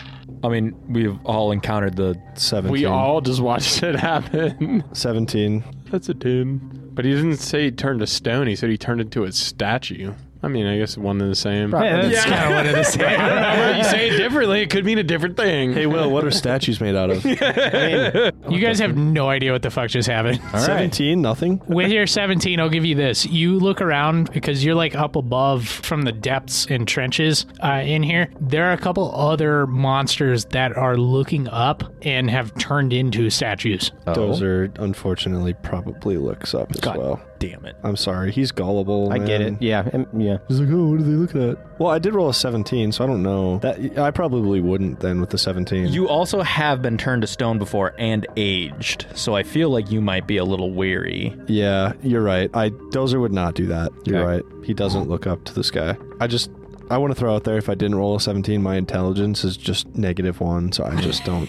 I mean, we've all encountered the.
Seventeen.
we all just watched (laughs)
(laughs)
it happen.
seventeen.
That's a tin. But he didn't say he turned to stone. He said he turned into a statue. I mean, I guess one and the same.
that's kind of what it is.
(laughs) you say it differently, it could mean a different thing.
Hey, Will, (laughs) what are statues made out of?
(laughs) You guys have no idea what the fuck just happened.
Seventeen. Nothing.
With your 17, I'll give you this. You look around because you're like up above from the depths and trenches uh, in here. There are a couple other monsters that are looking up and have turned into statues.
Those Dozer, Oh. unfortunately, probably looks up as well.
Damn it.
I'm sorry. He's gullible.
I get
man.
it. Yeah. um, Yeah.
He's like, oh, what are they looking at? Well, I did roll a 17, so I don't know. That I probably wouldn't then with the 17.
You also have been turned to stone before and aged, so I feel like you might be a little weary.
yeah, you're right. I Dozer would not do that. You're right. He doesn't look up to the sky. I just I want to throw out there if I didn't roll a 17, my intelligence is just negative one, so I just don't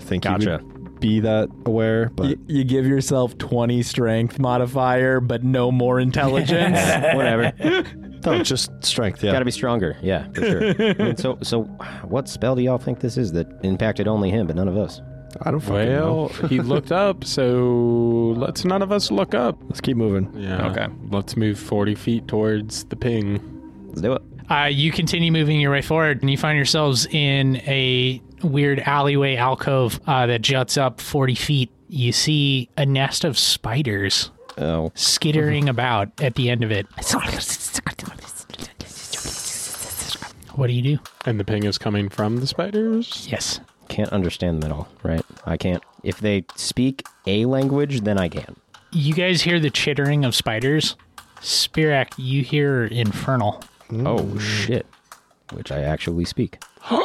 think
Gotcha.
he would be that aware. But
you give yourself 20 strength modifier, but no more (laughs) intelligence.
Whatever.
(laughs)
no, just strength. Yeah.
Got to be stronger. Yeah, for sure.
(laughs)
I mean, so, so what spell do y'all think this is that impacted only him but none of us?
I don't fucking know.
Well, (laughs) he looked up, so let's none of us look up.
Let's keep moving.
Yeah.
Okay.
Let's move 40 feet towards the ping.
Let's do it.
Uh, you continue moving your way forward and you find yourselves in a weird alleyway alcove uh, that juts up 40 feet. You see a nest of spiders
Oh,
skittering about at the end of it. What do you do?
And the ping is coming from the spiders?
Yes.
can't understand them at all. Right? I can't. If they speak a language, then I can.
You guys hear the chittering of spiders? Spirak, you hear infernal.
Mm.
Oh shit! Which I actually speak.
(gasps)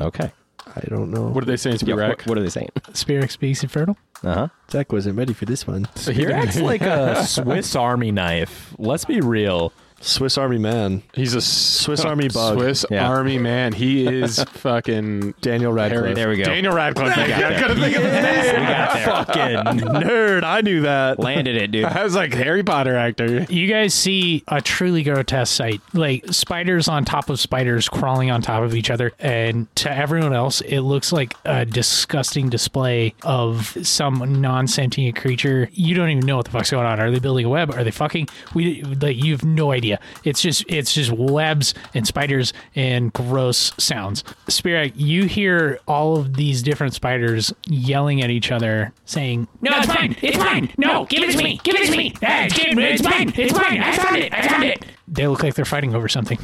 Okay.
I don't know.
What are they saying,
Yeah,
Spirak?
what, what are they saying?
Spirak speaks infernal?
Uh huh.
Zach wasn't ready for this one.
(laughs) Spirak's like a Swiss Army knife. Let's be real.
Swiss Army Man.
He's a
Swiss Army bug.
Swiss
Yeah.
Army man. He is (laughs) fucking
Daniel Radcliffe.
There we go.
Daniel Radcliffe. I couldn't think
(laughs)
of the name.
Fucking.
Nerd, I knew that.
Landed it, dude.
I was like Harry Potter actor.
You guys see a truly grotesque sight. Like spiders on top of spiders crawling on top of each other. And to everyone else, it looks like a disgusting display of some non sentient creature. You don't even know what the fuck's going on. Are they building a web? Are they fucking? We like you have no idea. It's just it's just webs and spiders and gross sounds. Spirit, you hear all of these different spiders yelling at each other, saying,
No, it's fine. It's fine. No, give it to me. Give it to me. Hey, it's good. It's mine. It's mine. I found it. I found it.
"They look like they're fighting over something."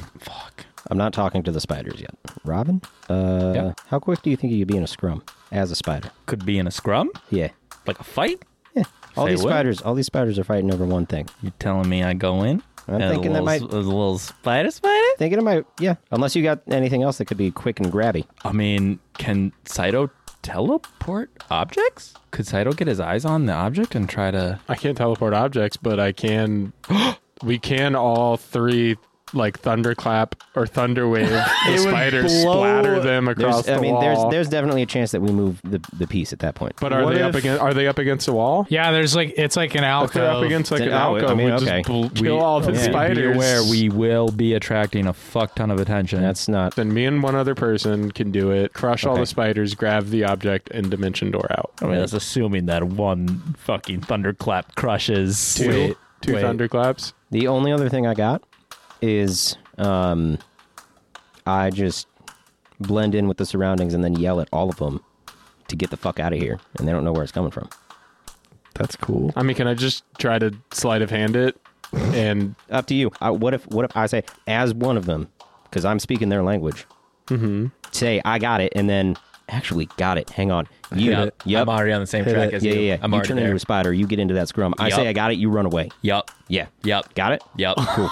I'm not talking to the spiders yet. Robin, uh,
Yeah.
how quick do you think you could be in a scrum as a spider?
Could be in a scrum?
Yeah.
Like a fight?
Yeah. All
Say
these
what?
spiders, all these spiders are fighting over one thing.
You telling me I go in?
I'm
And a
thinking that
little,
might-
a little spider spider?
Thinking about yeah, unless you got anything else that could be quick and grabby.
I mean, can Saito
teleport objects? Could Saito get his eyes on the object and try to?
I can't teleport objects, but I
(gasps)
can. we can all three like thunderclap or
(laughs)
thunderwave the spiders splatter them across
There's,
the
I mean,
wall.
there's there's definitely a chance that we move the, the piece at that point.
but are
What
they up
if-
against? Are they up against the wall?
Yeah, there's like it's like an
If they're up
alcove.
against like
Then-
an
oh, I
alcove,
mean,
we just
okay.
bl- kill all the
yeah. Be
spiders.
Be aware, we will be attracting a fuck ton of attention.
That's not.
Then me and one other person can do it. Crush all
Okay.
the spiders, grab the object, and dimension door out.
I mean, that's assuming that one fucking thunderclap crushes.
Two,
Wait,
two
wait.
thunderclaps.
The only other thing I got is um, I just blend in with the surroundings and then yell at all of them to get the fuck out of here, and they don't know where it's coming from.
That's cool.
I mean, can I just try to sleight of hand it? And
Up to you. Uh, what if what if I say as one of them because I'm speaking their language? Mm-hmm. Say I got it, and then actually got it. Hang on, (laughs) you.
Yeah,
Yep.
I'm already on the same
Yeah,
track
yeah,
as
yeah.
you. I'm
you
already
turn
there.
into a spider. You get into that scrum. I say
Yup.
I got it. You run away.
Yup.
Yeah.
Yep.
Got it.
(laughs) Yep.
Cool.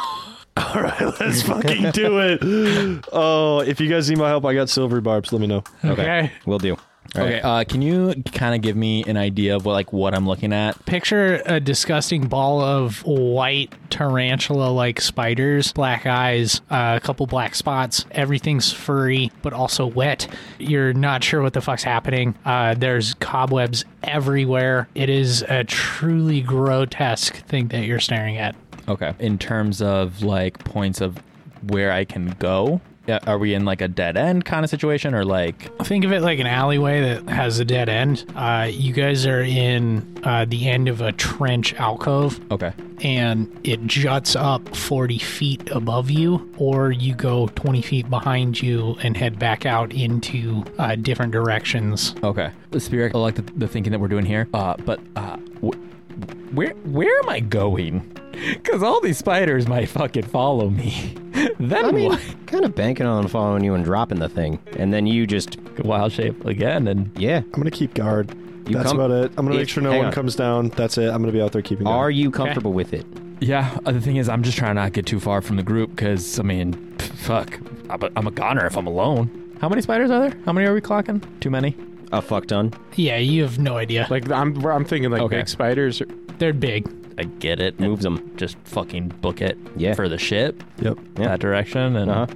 All right, let's fucking.
Do
(laughs)
it. Oh, if you guys need my help, I got silver barbs. Let me know.
Okay.
We'll do.
Okay. Uh, can you kind of give me an idea of what like what I'm looking at?
Picture a disgusting ball of white tarantula like spiders, black eyes, uh, a couple black spots. Everything's furry, but also wet. You're not sure what the fuck's happening. Uh, there's cobwebs everywhere. It is a truly grotesque thing that you're staring at.
Okay. In terms of like points of where I can go, yeah, are we in like a dead end kind of situation or like
Think of it like an alleyway that has a dead end. Uh, you guys are in uh, the end of a trench alcove.
okay?
and it juts up 40 feet above you, or you go 20 feet behind you and head back out into uh, different directions.
Okay. The spirit, I like the, the thinking that we're doing here. Uh, but uh, wh- where where am I going? (laughs) Because all these spiders might fucking follow me. (laughs) then
I mean,
what?
kind of banking on following you and dropping the thing, and then you just
(laughs) Wild shape again, and
yeah.
I'm gonna keep guard.
You
That's
come-
about it. I'm gonna
if-
make sure no
hang
one
on.
comes down. That's it. I'm gonna be out there keeping guard.
Are you comfortable with it?
Yeah. uh, The thing is, I'm just trying not to get too far from the group because I mean, pff, fuck, I'm a, I'm a goner if I'm alone.
how many spiders are there? How many are we clocking? Too many.
A fuck ton.
Yeah, you have no idea.
like I'm, I'm thinking like
Okay.
big spiders. or-
They're big.
I get it.
Moves them.
Just fucking book it
Yeah.
for the ship
Yep.
Yeah.
that direction and
Uh-huh.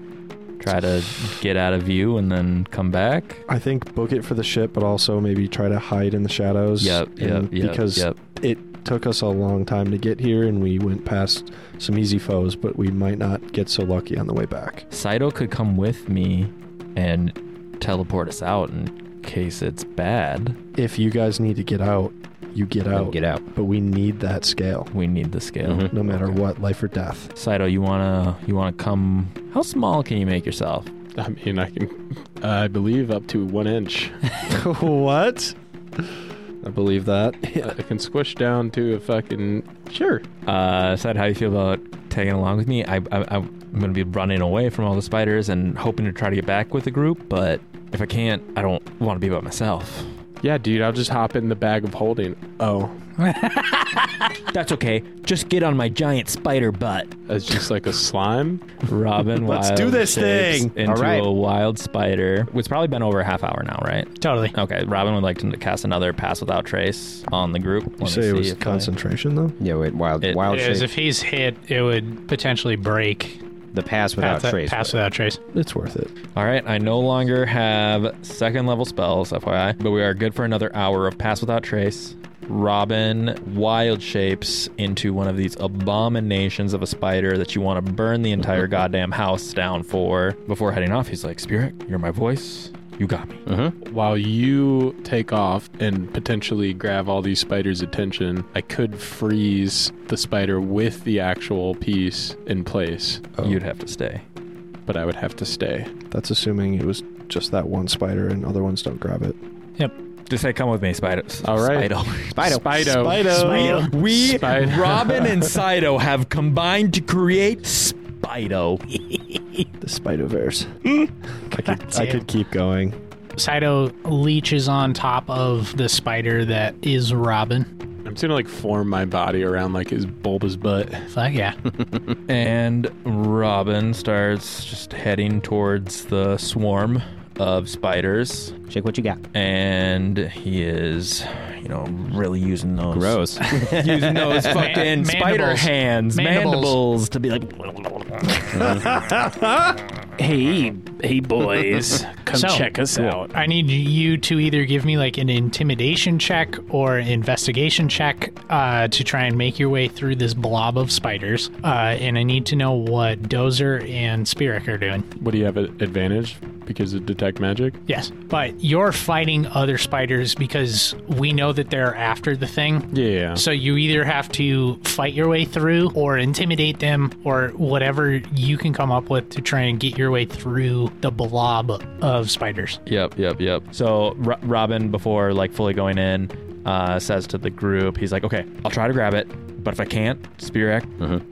try to get out of view and then come back.
I think book it for the ship, but also maybe try to hide in the shadows.
Yep, yep,
And
yep.
Because
yep.
it took us a long time to get here, and we went past some easy foes, but we might not get so lucky on the way back.
Saito could come with me and teleport us out in case it's bad.
If you guys need to get out, you get out.
Get out.
But we need that scale,
We need the scale.
Mhm.
no matter
Okay.
what, life or death.
Saito, you wanna you wanna come? How small can you make yourself?
(laughs) I mean, I can, I believe up to one inch.
what? I believe that. (laughs)
I can squish down to a fucking sure.
Uh, Saito, how you feel about tagging along with me? I, I I'm gonna be running away from all the spiders and hoping to try to get back with the group, but if I can't, I don't want to be by myself.
Yeah, dude, I'll just hop in the bag of holding. Oh,
That's okay. Just get on my giant spider butt,
it's just like a
(laughs)
slime.
(laughs)
Robin.
Let's
wild
do this
shapes
thing!
into
All right.
a wild spider. It's probably been over a half hour now, right?
Totally.
Oh,
Okay, Robin would like to cast another pass without trace on the group. Let
You
me
say it
see
was
if I-
concentration, though?
Yeah, wait, wild,
It-
wild
Because
shape.
if he's hit, it would potentially break.
the pass without
pass,
trace.
Pass without trace.
It's worth it.
All right, I no longer have second level spells, FYI, but we are good for another hour of pass without trace. Robin wild shapes into one of these abominations of a spider that you want to burn the entire goddamn house down for. Before heading off, he's like, "Spirit, you're my voice. You got me."
While you take off and potentially grab all these spiders' attention, I could freeze the spider with the actual piece in place,
You'd have to stay.
but I would have to stay.
That's assuming it was just that one spider and other ones don't grab it.
Just say, "Come with me, spider."
All right.
Spido.
Spido.
Spido.
Spido.
We,
Spider.
Robin and Saito, have combined to create Spido.
The Spider-Verse.
Hmm.
(laughs) I, could, I could keep going.
Saito leeches on top of the spider that is Robin.
I'm just gonna like form my body around like his bulbous butt.
Fuck yeah.
And Robin starts just heading towards the swarm of spiders,
Shake what you got.
and he is, you know, really using those
Gross.
(laughs) using those fucking
mandibles.
spider hands,
Mandibles.
mandibles to be like.
Hey, hey, (laughs) boys, come
So-
check us out.
I need you to either give me like an intimidation check or investigation check uh, to try and make your way through this blob of spiders. Uh, and I need to know what Dozer and Spearek are doing.
Would he have an advantage because of detect magic?
Yes. But you're fighting other spiders because we know that they're after the thing.
Yeah.
So you either have to fight your way through or intimidate them or whatever you can come up with to try and get your way through the blob of spiders.
Yep, yep, yep. So Ro- Robin, before like fully going in, uh, says to the group, he's like, "Okay, I'll try to grab it, but if I can't, Spearak,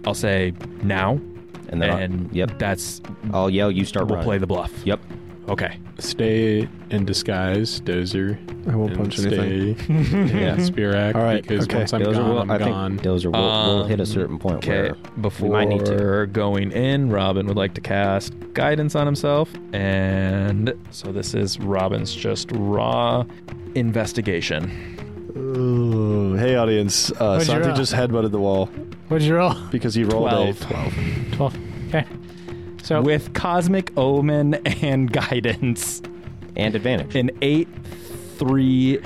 I'll say now,
(laughs) (laughs) And then
and
I'll, Uh-huh. yep,
that's
I'll yell. You start
we'll
running.
play the bluff."
Yep.
Okay.
stay in disguise, Dozer.
I won't
and
punch
stay
anything.
(laughs)
yeah, spear act.
All right,
Because
okay.
once I'm
Dozer
gone,
will,
I'm
I think
gone. Um,
Dozer will, will hit a certain point
Okay.
where
Before
we might need to.
going in, Robin would like to cast guidance on himself, and so this is Robin's just raw investigation.
Ooh, hey, audience. Uh,
What'd you
Santi
roll?
just headbutted the wall
What'd you roll?
because he rolled
Twelve.
a 12.
12. Okay. So
With cosmic omen and (laughs) guidance.
and advantage.
an eight three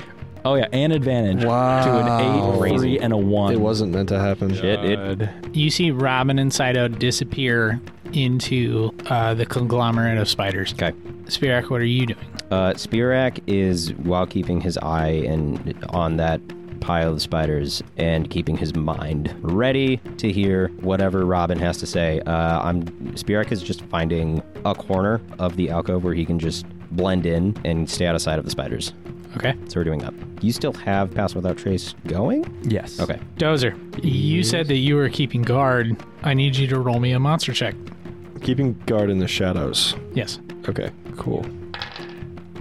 oh yeah and advantage
Wow.
to an eight three and a one
It wasn't meant to happen.
It, it,
God.
you see Robin and Saito disappear into uh, the conglomerate of spiders.
okay.
Spirak, what are you doing?
Uh, Spearak is while keeping his eye and on that pile of spiders and keeping his mind ready to hear whatever Robin has to say. Uh, I'm Spearak is just finding a corner of the alcove where he can just blend in and stay out of sight of the spiders.
Okay.
So we're doing that. You still have Pass Without Trace going?
yes
Okay.
Dozer, you said that you were keeping guard. I need you to roll me a monster check.
Uh, Keeping guard in the shadows.
Yes.
Okay, cool.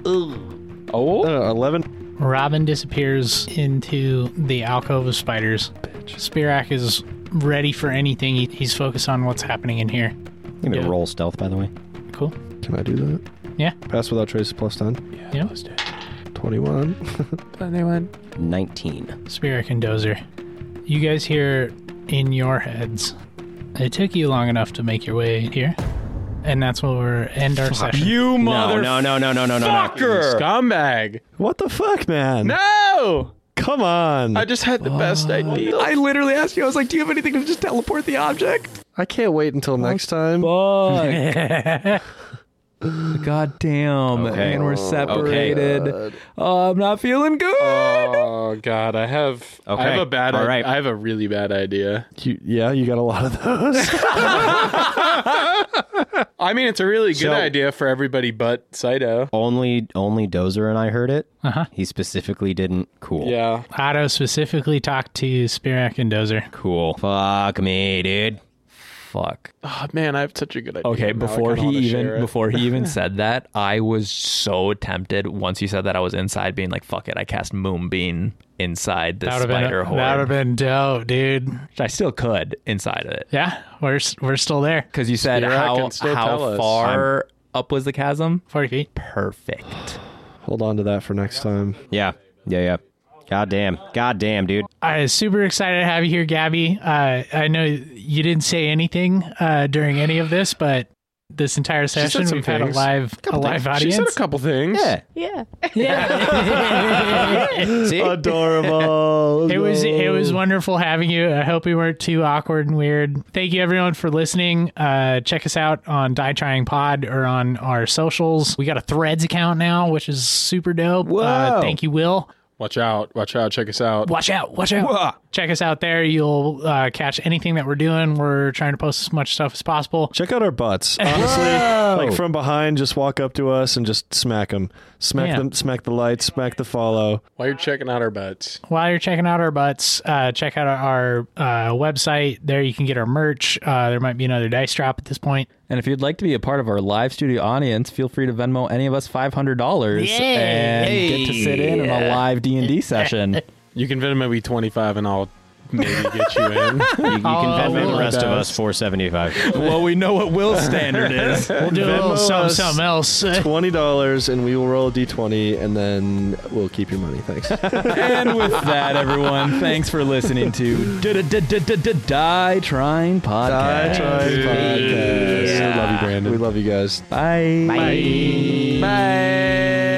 Oh, uh, 11.
Robin disappears into the alcove of spiders. Spirak is ready for anything. He- He's focused on what's happening in here.
Give me
Yeah.
a roll stealth, by the way.
Cool.
Can I do that?
Yeah.
Pass without trace plus 10.
Yeah.
21.
19.
Spirak and Dozer, you guys hear in your heads. It took you long enough to make your way here, and that's where we're end our session.
you mother
no, no, no, no, no, no, no.
fucker
Scumbag.
What the fuck, man?
No.
Come on.
I just had the best idea.
I literally asked you. I was like, "Do you have anything to just teleport the object?"
I can't wait until next time.
Fuck. (laughs) God damn.
Okay.
And we're separated. Oh, I'm not feeling good.
Oh God, I have. I
Okay.
have a bad.
All
All
right.
right. I have a really bad idea.
You- yeah, you got a lot of (laughs) those.
I mean, it's a really good
So-
idea for everybody but Saito.
Only, only Dozer and I heard it. Uh-huh. He specifically didn't. Cool.
Yeah.
Otto specifically talked to Spirak and Dozer.
Cool. Fuck me, dude.
Fuck.
Oh man, I have such a good idea.
Okay,
Now I
before
kinda
he
wanna
even
share it.
before he
(laughs)
even said that, I was so tempted once he said that I was inside being like, fuck it, I cast moonbeam inside this
That would
spider
have
horde.
been dope, dude.
Which I still could inside of it.
Yeah, we're s- we're still there.
Because you said
Spira
how,
can still tell
how
us.
far up was the chasm?
Forty feet.
Perfect.
Hold on to that for next time.
Yeah. Yeah, yeah. God damn. God damn, dude.
super excited to have you here, Gabby. Uh, I know you didn't say anything uh, during any of this, but this entire
said
session
some
we've had a
things.
live a live
She
audience.
said a couple things.
Yeah.
(laughs)
Yeah.
See?
Adorable.
(laughs) It was it was wonderful having you. I hope we weren't too awkward and weird. Thank you everyone for listening. Uh, check us out on Die Trying Pod or on our socials. We got a Threads account now, which is super dope. Uh,
Whoa.
thank you, Will.
Watch out! Watch out! Check us out.
Watch out! Watch out! Check us out there. You'll uh, catch anything that we're doing. We're trying to post as much stuff as possible.
Check out our butts. Honestly, like from behind, just walk up to us and just smack them. Smack
Yeah.
them. Smack the lights. Smack the follow.
While you're checking out our butts.
While you're checking out our butts, uh, check out our, our uh, website. There you can get our merch. Uh, there might be another dice drop at this point.
And if you'd like to be a part of our live studio audience, feel free to Venmo any of us five hundred dollars and get to sit in on a live D and D session.
You can Venmo me twenty five, and I'll maybe get you
(laughs)
in.
You, you can
Oh,
Venmo the
well,
rest of
it
us four seventy five.
well, we know what Will's standard is.
We'll do a little
Venmo
something,
us.
something else.
Twenty dollars, and we will roll a d20, and then we'll keep your money. Thanks.
(laughs) and with that, everyone, thanks for listening to Die
Die Trying
Trying Podcast.
Podcast.
I love you, Brandon.
We love you guys.
Bye.
Bye.
Bye.